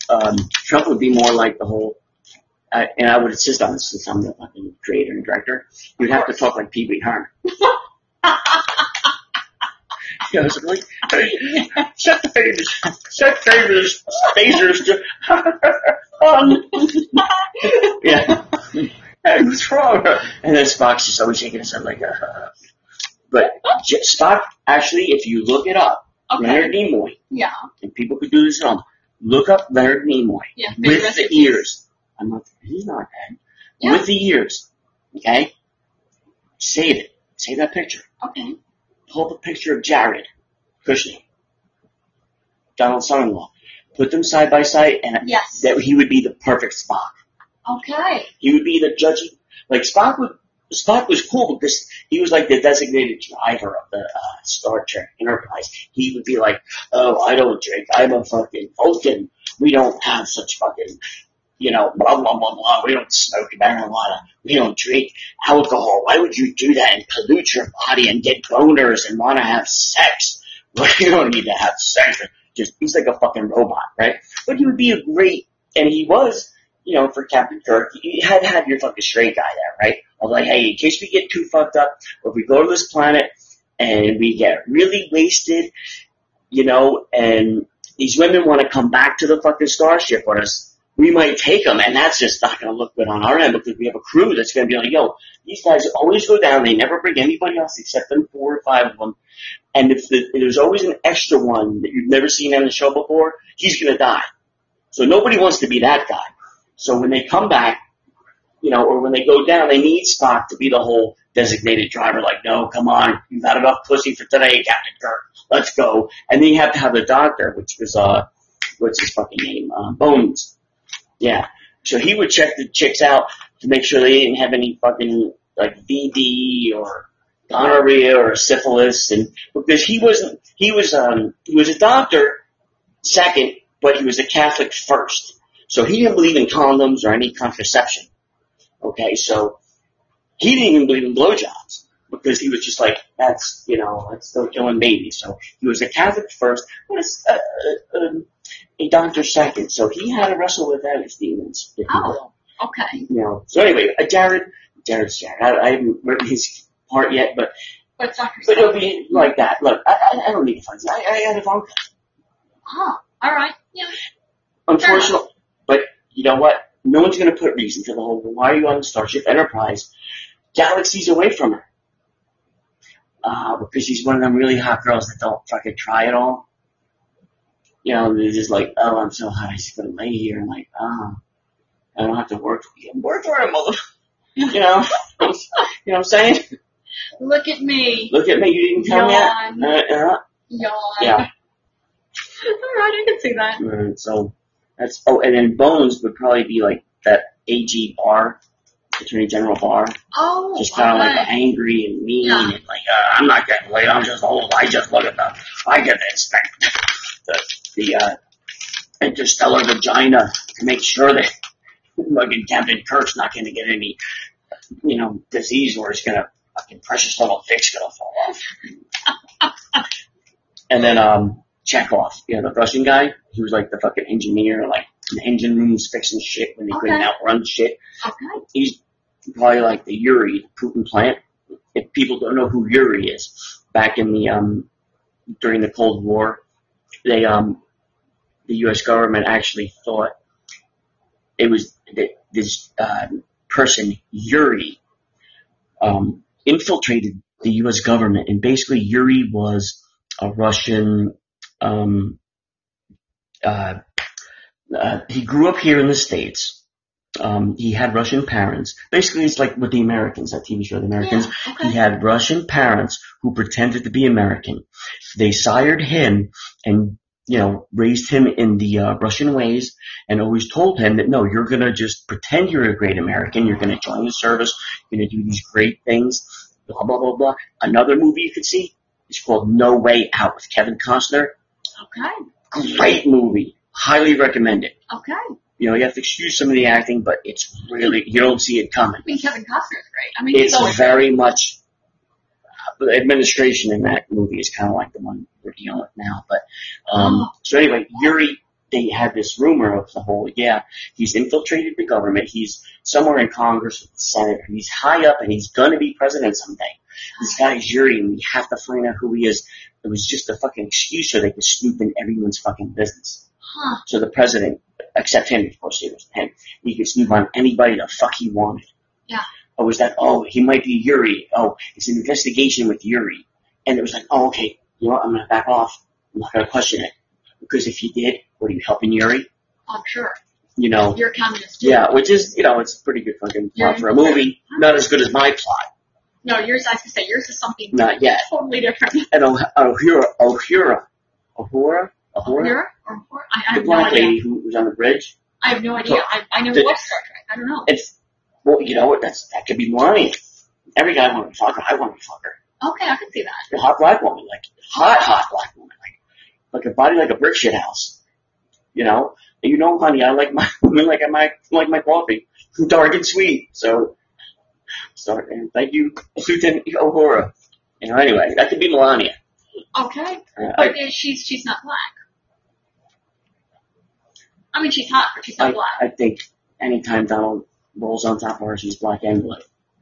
Um, Trump would be more like the whole, I and I would insist on this since I'm the fucking creator and director. You'd have to talk like Pee Wee Herman. you know, it's like, shut the phasers, shut the phasers, phasers to, yeah. Hey, what's wrong? And then Spock's just always shaking his head like, uh, but J- Spock, actually, if you look it up,
Okay.
Leonard Nimoy,
Yeah.
and people could do this at home, look up Leonard Nimoy
Yeah. big
with the
recipes.
ears. I'm not, he's not dead.
Yeah.
With the ears. Okay? Save it. Save that picture.
Okay.
Pull up a picture of Jared Kushner Donald's son-in-law. Put them side by side, and
Yes.
that he would be the perfect Spock.
Okay.
He would be the judgy. Like Spock would. Spock was cool because he was like the designated driver of the uh, Star Trek Enterprise. He would be like, "Oh, I don't drink. I'm a fucking Vulcan. We don't have such fucking, you know, blah blah blah blah. We don't smoke marijuana. We don't drink alcohol. Why would you do that and pollute your body and get boners and want to have sex? Well, you don't need to have sex. Just he's like a fucking robot, right? But he would be a great, and he was you know, for Captain Kirk, you had to have your fucking straight guy there, right? I was like, hey, in case we get too fucked up, or if we go to this planet and we get really wasted, you know, and these women want to come back to the fucking starship with us, we might take them, and that's just not going to look good on our end because we have a crew that's going to be like, yo, these guys always go down, they never bring anybody else except them four or five of them, and if the, there's always an extra one that you've never seen on the show before, he's going to die. So nobody wants to be that guy. So when they come back, you know, or when they go down, they need Spock to be the whole designated driver. Like, no, come on, you've had enough pussy for today, Captain Kirk. Let's go. And then you have to have the doctor, which was uh, what's his fucking name, uh, Bones. Yeah. So he would check the chicks out to make sure they didn't have any fucking like VD or gonorrhea or syphilis, and because he wasn't, he was um, he was a doctor second, but he was a Catholic first. So he didn't believe in condoms or any contraception. Okay, so he didn't even believe in blowjobs because he was just like, that's, you know, that's still killing babies. So he was a Catholic first, but a, a, a, a doctor second. So he had to wrestle with that his demons. if you will
Oh. Okay.
you know. So anyway, uh, Jared, Jared's Jared. I, I haven't written his part yet, but
But Dr.
but it'll
Seuss.
be like that. Look, I I, I don't need to find. I I had Ivanka.
Oh, all right. Yeah.
Unfortunately, but you know what? No one's going to put reason to the whole. Why are you on Starship Enterprise? Galaxies away from her. Uh, because she's one of them really hot girls that don't fucking try at all. You know, they're just like, oh, I'm so hot, I just gotta lay here and like, oh, I don't have to work. Work for it, mother. You know, you know what I'm saying?
Look at me.
Look at me, you didn't come
Yawn.
yet. Uh, uh,
Yawn.
Yeah.
all right, I can see that.
uh, so that's oh, and then Bones would probably be like that AG Barr, Attorney General Barr,
Oh,
just kind of like
okay.
angry and mean
Yeah.
and like uh, I'm not getting laid. I'm just old. I just look at the I get to inspect the the uh, interstellar vagina to make sure that fucking Captain Kirk's not going to get any you know disease or it's going to fucking precious little dick's going to fall off. and then um Chekhov, you know the Russian guy, he was like the fucking engineer, like in the engine rooms fixing shit when they couldn't
Okay.
outrun shit
okay.
he's probably like the Yuri Putin plant. If people don't know who Yuri is, back in the um during the Cold War, they um the U.S. government actually thought it was that this uh, person Yuri um, infiltrated the U.S. government, and basically Yuri was a Russian. Um, uh, uh, he grew up here in the states um, he had Russian parents. Basically, it's like with the Americans, that TV show, The Americans.
Yeah,
He
okay.
had Russian parents who pretended to be American. They sired him and, you know, raised him in the uh, Russian ways and always told him that, no, you're going to just pretend you're a great American. You're going to join the service. You're going to do these great things, blah, blah, blah, blah. Another movie you could see is called No Way Out with Kevin Costner.
Okay.
Great movie. Highly recommend it.
Okay.
You know, you have to excuse some of the acting, but it's really, you don't see it coming
I mean, Kevin Costner's great. I mean, he's
it's
always
very much uh, the administration in that movie is kind of like the one we're dealing with now. But um, so anyway, Yuri, they had this rumor of the whole. Yeah, he's infiltrated the government. He's somewhere in Congress or the Senate. And he's high up, and he's gonna be president someday. This guy's Yuri, and we have to find out who he is. It was just a fucking excuse so they could snoop in everyone's fucking business.
Huh.
So the president, except him, of course, it was him. He could snoop on anybody the fuck he wanted.
Yeah.
Or was that, oh, he might be Yuri. Oh, it's an investigation with Yuri. And it was like, oh, okay, you know what, I'm going to back off. I'm not going to question it. Because if he did, what are you helping Yuri?
I'm sure.
You know,
You're a communist. too.
yeah, which is, you know, it's a pretty good fucking plot for a movie. Not as good as my plot.
No, yours, I have to say, yours is something
Not yet.
totally different.
And Oh- Ohura, Ohura, Ohura, Uhura?
Or Uhura? I, I
The
have no
black
idea.
lady who was on the bridge.
I have no idea. I, I never
Did-
watched Star Trek. I don't know.
It's well, you know what? That's that could be Melania. Every guy wanted to fuck her. I wanted to fuck her.
Okay, I can see that.
A hot black woman, like hot, hot black woman, like like a body like a brick shit house. You know, and you know, honey, I like my women like I my like my coffee dark and sweet. So, start and thank you, Lieutenant O'Hora. You know, anyway, that could be Melania.
Okay,
Uh, I,
but uh, she's she's not black. I mean, she's hot, but she's not
I,
black.
I think anytime Donald rolls on top of her, she's black and blue.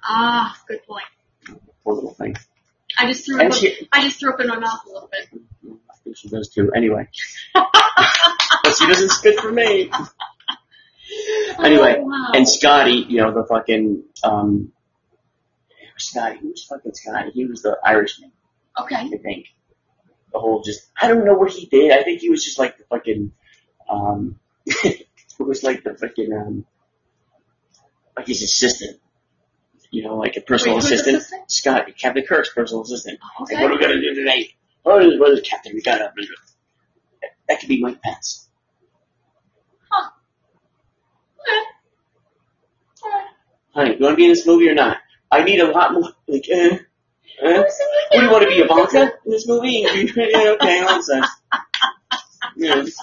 Ah, good point.
Poor little thing.
I just threw
And
up.
she-
I just threw up in my mouth a little bit.
I think she does too. Anyway, but she doesn't spit for me. Anyway,
oh, wow.
And Scotty, you know, the fucking, um, Scotty, who was fucking Scotty? He was the Irishman, I
okay,
think. The whole just, I don't know what he did. I think he was just like the fucking, um, it was like the fucking, um, like his assistant. You know, like a personal
Wait, who's
assistant.
assistant? Oh,
Scotty, Captain Kirk's personal assistant. Like, what are
okay.
we gonna do today? Oh, what is Captain? We gotta, that could be Mike Pence. honey, you want to be in this movie or not? I need a lot more. Like, eh, eh. What do you want to be, Ivanka in this movie? yeah, okay, all sense. Yeah.
like, okay.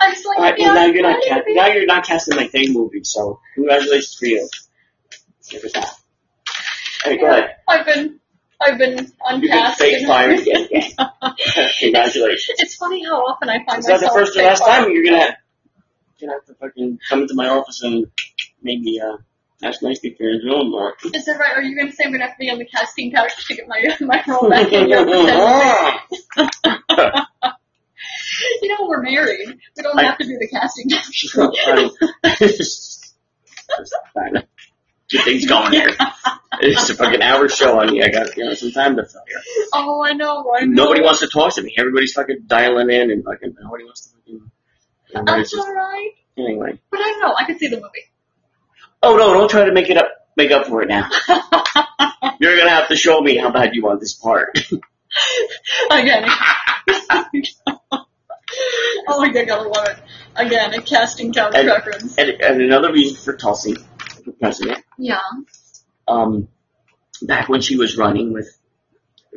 I'm just like,
All right,
yeah,
well now you're not
I need to
cast,
be-
now you're not casting my thing movie, so congratulations for you. Give it that. Hey, go ahead.
I've been, I've been
You've been
uncast.
fake fired again. congratulations.
It's funny how often I find
Is that
myself.
the first or
fake
last
fired.
time you're gonna have, you're gonna have to fucking come into my office and make me uh ask nicely for your own mark.
Is that right? Are you gonna say I'm gonna have to be on the casting couch to get my Oh my role back in? You're pretending- you know we're married. We don't
I-
have to do the casting couch.
Funny. Good things going here. It's a fucking hour show on me. I got you know some time to fill here.
Oh, I know. I know.
Nobody wants to talk to me. Everybody's fucking dialing in and fucking nobody wants to fucking. everybody's
That's
just-
all right.
Anyway.
But I know. I could see the movie.
Oh no! Don't try to make it up. Make up for it now. You're gonna have to show me how bad you want this part.
Again. oh my god, I gotta love it. Again, a casting couch
And-
reference.
And, and another reason for Tulsi for president.
Yeah.
Um, back when she was running with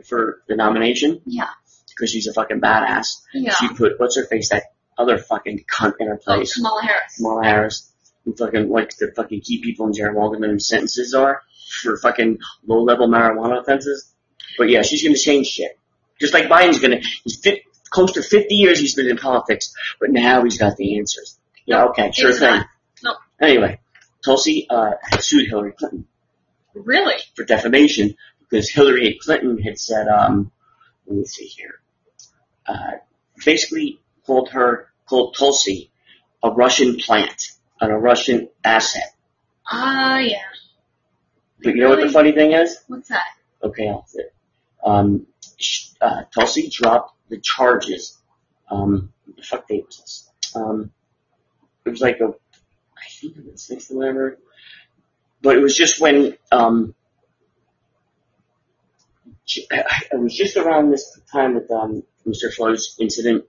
for the nomination
Yeah.
because she's a fucking badass.
Yeah.
She put what's her face that other fucking cunt in her
Oh,
place,
Kamala Harris.
Kamala Harris, who fucking likes to fucking keep people in jail longer than their sentences are for fucking low level marijuana offenses. But yeah, she's gonna change shit. Just like Biden's gonna, he's fit, close to 50 years he's been in politics, but now he's got the answers. Yeah, okay, sure
he's
thing.
not. No.
Anyway, Tulsi uh, sued Hillary Clinton
Really?
for defamation because Hillary Clinton had said, um, let me see here, uh, basically called her, called Tulsi a Russian plant and a Russian asset.
Ah, yeah.
But you know what the funny thing is?
What's that?
Okay, I'll say it. Um, sh- uh, Tulsi dropped the charges. Um, what the fuck date was this? Um, it was like a, I think it was sixth or whatever. But it was just when, um, she, it was just around this time that um, Mr. Flo's incident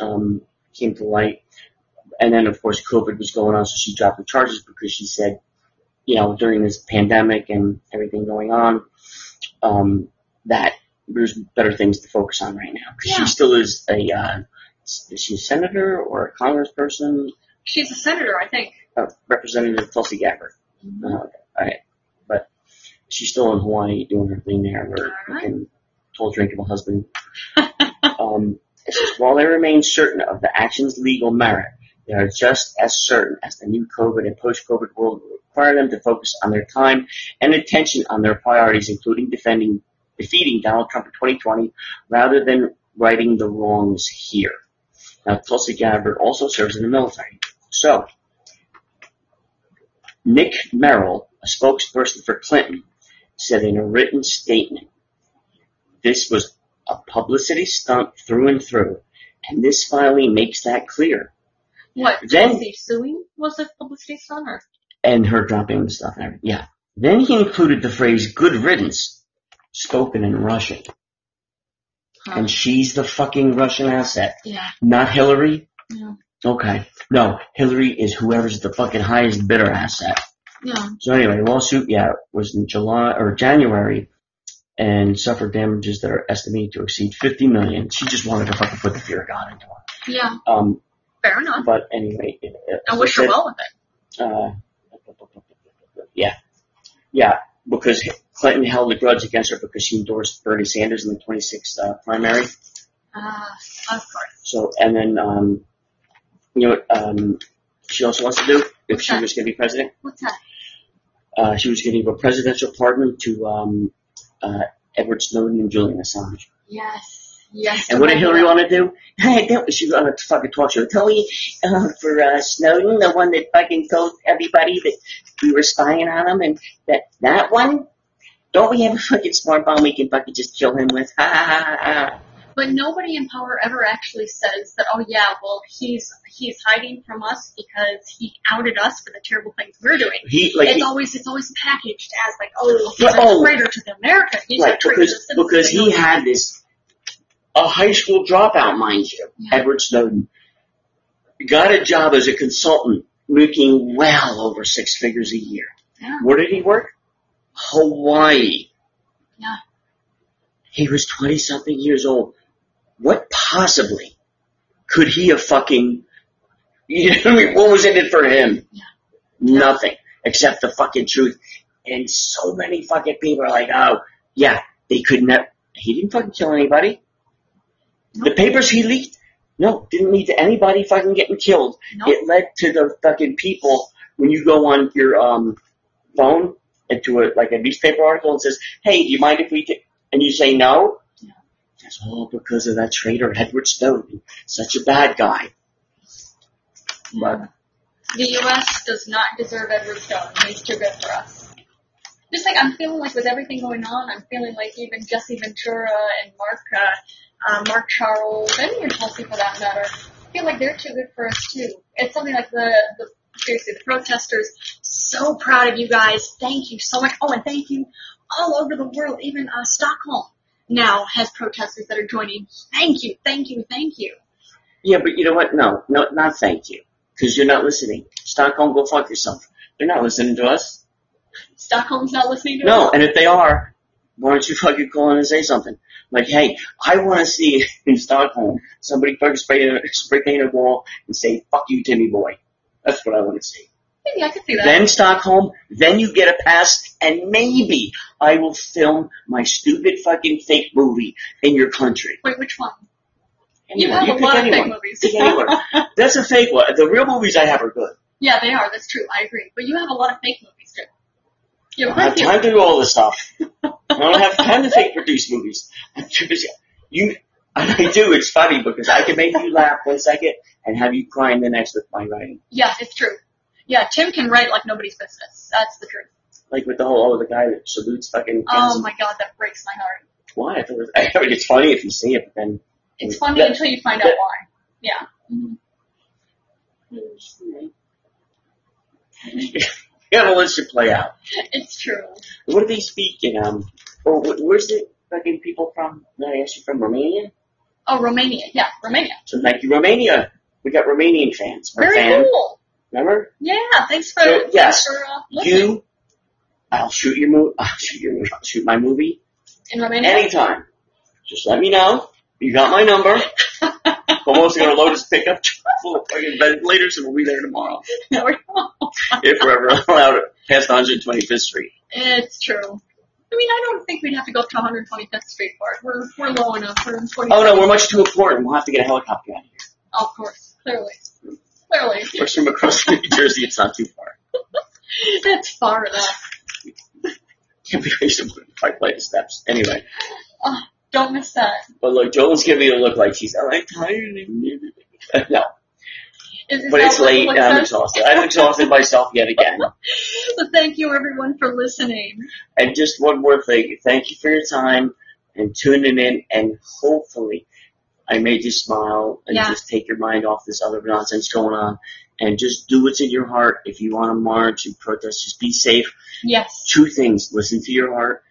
um, came to light. And then, of course, COVID was going on, so she dropped the charges because she said, you know, during this pandemic and everything going on, um, that there's better things to focus on right now. 'Cause
Yeah.
She still is a uh, s- is she a senator or a congressperson?
She's a senator, I think.
Uh, Representative Tulsi Gabbard.
Mm-hmm.
Uh, all right, but she's still in Hawaii doing her thing there. Where
All right.
fucking toll drinkable husband. um, it says, while they remain certain of the action's legal merit, they are just as certain as the new COVID and post-COVID world will require them to focus on their time and attention on their priorities, including defending, defeating Donald Trump in 2020, rather than righting the wrongs here. Now, Tulsi Gabbard also serves in the military. So, Nick Merrill, a spokesperson for Clinton, said in a written statement, this was a publicity stunt through and through, and this filing makes that clear.
What?
Then-
was he suing? Was it publicity stunt or?
And her dropping the stuff and everything. Yeah. Then he included the phrase good riddance, spoken in Russian. And she's the fucking Russian asset,
Yeah.
not Hillary.
No.
Okay. No, Hillary is whoever's the fucking highest bidder asset.
No.
So anyway, lawsuit, yeah, was in July or January and suffered damages that are estimated to exceed 50 million. She just wanted to fucking put the fear of God into her.
Yeah.
Um,
Fair enough.
but anyway, it, it,
I wish her well with it.
uh, yeah, yeah, because Clinton held a grudge against her because she endorsed Bernie Sanders in the 26th uh, primary.
Ah, of course.
So, and then, um, you know what, um, she also wants to do if she was going to be president?
What's that?
Uh, she was going to give a presidential pardon to, um, uh, Edward Snowden and Julian Assange.
Yes. Yes.
And what did Hillary
remember
want to do? Hey, that was, she was on a fucking talk show. Tell me, uh, for, uh, Snowden, the one that fucking told everybody that we were spying on him and that, that one? Don't we have a fucking smart bomb we can fucking just kill him with? Ha ha ha ha. ha.
that? But nobody in power ever actually says that. Oh yeah, well he's he's hiding from us because he outed us for the terrible things we're doing.
He, like,
it's
he,
always it's always packaged as like oh he's
Yeah,
a
oh.
traitor to the America. He's a
Right,
traitor to
because
the citizens.
because he
Like,
had this a high school dropout, mind you,
Yeah.
Edward Snowden got a job as a consultant, making well over six figures a year.
Yeah.
Where did he work? Hawaii.
Yeah.
He was twenty something years old. What possibly could he have fucking? You know what I mean? What was in it for him?
Yeah.
Nothing except the fucking truth. And so many fucking people are like, oh, yeah, they couldn't have, he didn't fucking kill anybody. The papers he leaked, no, didn't lead to anybody fucking getting killed.
no,
It led to the fucking people, when you go on your, um, phone into a, like a newspaper article and says, hey, do you mind if we take, and you say no?
Yeah.
That's all because of that traitor, Edward Snowden. Such a bad guy. But,
The U.S. does not deserve Edward Snowden. He's too good for us. Just like I'm feeling like with everything going on, I'm feeling like even Jesse Ventura and Mark, uh, uh, Mark Charles, and even Tulsi for that matter, I feel like they're too good for us too. It's something like the, the seriously the protesters. So proud of you guys. Thank you so much. Oh, and thank you all over the world. Even uh, Stockholm now has protesters that are joining. Thank you, thank you, thank you.
yeah, but you know what? No, no, not thank you. Cause you're not listening. Stockholm, go fuck yourself. They're not listening to us.
Stockholm's not listening to
No,
us.
and if they are, why don't you fucking call in and say something? Like, hey, I want to see in Stockholm somebody fucking spray, a- spray paint a wall and say, fuck you, Timmy boy. That's what I want to see.
Maybe I could see that.
Then Stockholm, then you get a pass, and maybe I will film my stupid fucking fake movie in your country.
Wait, which one? You
Anywhere.
have a
pick
lot of fake
anyone.
movies.
Pick anywhere. That's a fake one. The real movies I have are good.
yeah, they are. That's true. I agree. But you have a lot of fake movies too. You
I
have
don't have
plenty
time
of-
to do all this stuff. I don't have time to fake produce movies. I'm too busy. You, and I do. It's funny because I can make you laugh one second and have you crying the next with my writing.
Yeah, it's true. Yeah, Tim can write like nobody's business. That's the truth.
Like with the whole, oh, the guy that salutes fucking.
Oh my god, that breaks my heart.
Why? I thought it was, I mean, it's funny if you see it, but then.
It's funny
Yeah.
until you find out
Yeah.
why. Yeah. Mhm.
you gotta let it play out.
It's true.
What do they speak in, um, or wh- where's the fucking people from? No, I asked you from Romania?
Oh, Romania. Yeah, Romania.
So thank you, Romania. We got Romanian fans. Our
Very
fan,
cool.
Remember?
Yeah, thanks for,
So,
thanks
yes,
for uh, listening.
you, I'll shoot your movie, I'll shoot your movie, I'll shoot my movie
In Romania?
anytime. Just let me know. You got my number. Almost gonna load his pickup truck full of fucking ventilators and we'll be there tomorrow. If we're ever allowed past 125th Street.
it's true. I mean, I don't think we'd have to go up to 125th Street for it. We're, we're low enough. We're in 40
Oh no, we're much too important. We'll have to get a helicopter out of here.
Of course, clearly. Clearly.
We're from across New Jersey, it's not too far.
That's far enough.
Can't be reasonable to five flight of steps. Anyway.
Don't miss that.
But look, Joel's giving me a look like she's, oh, I'm tired. No,
Is, is
but
that what
it's
the
late um,
look
and I'm
says?
exhausted. I've exhausted myself yet again.
So thank you everyone for listening.
And just one more thing. Thank you for your time and tuning in. And hopefully, I made you smile and
Yeah.
just take your mind off this other nonsense going on. And just do what's in your heart. If you want to march and protest, just be safe.
Yes.
Two things: listen to your heart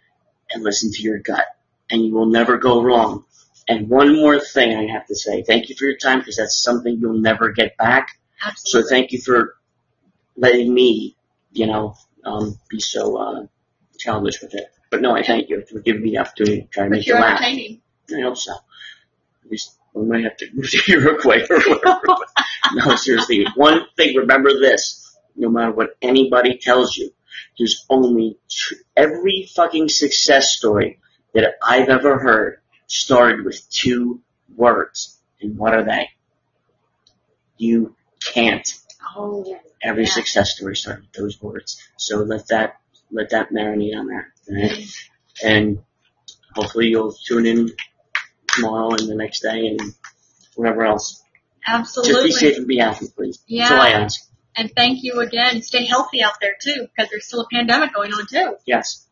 and listen to your gut, and you will never go wrong. And one more thing I have to say. Thank you for your time because that's something you'll never get back. So
Absolutely.
thank you for letting me, you know, um, be so uh, childish with it. But no, I thank you for giving me the opportunity to try and
But
make you
you're
laugh.
entertaining.
I hope so. At least we might have to move to Uruguay or whatever. but no, seriously. One thing, remember this. No matter what anybody tells you, there's only tr- every fucking success story that I've ever heard started with two words. And what are they? You can't.
Oh,
Every
Yeah.
success story started with those words. So let that, let that marinate on there. alright? and hopefully you'll tune in tomorrow and the next day and whatever else. Just be
absolutely.
safe and be healthy, please. That's all I
Yeah.
ask.
And thank you again. Stay healthy out there too, because there's still a pandemic going on too.
Yes.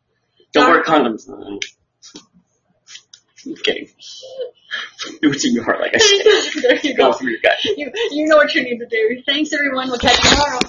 Don't wear condoms. No, I'm kidding. Do what's in your heart, like I said.
there you
Go
go.
through your gut.
You, you know what you need to do. Thanks everyone. We'll catch you tomorrow.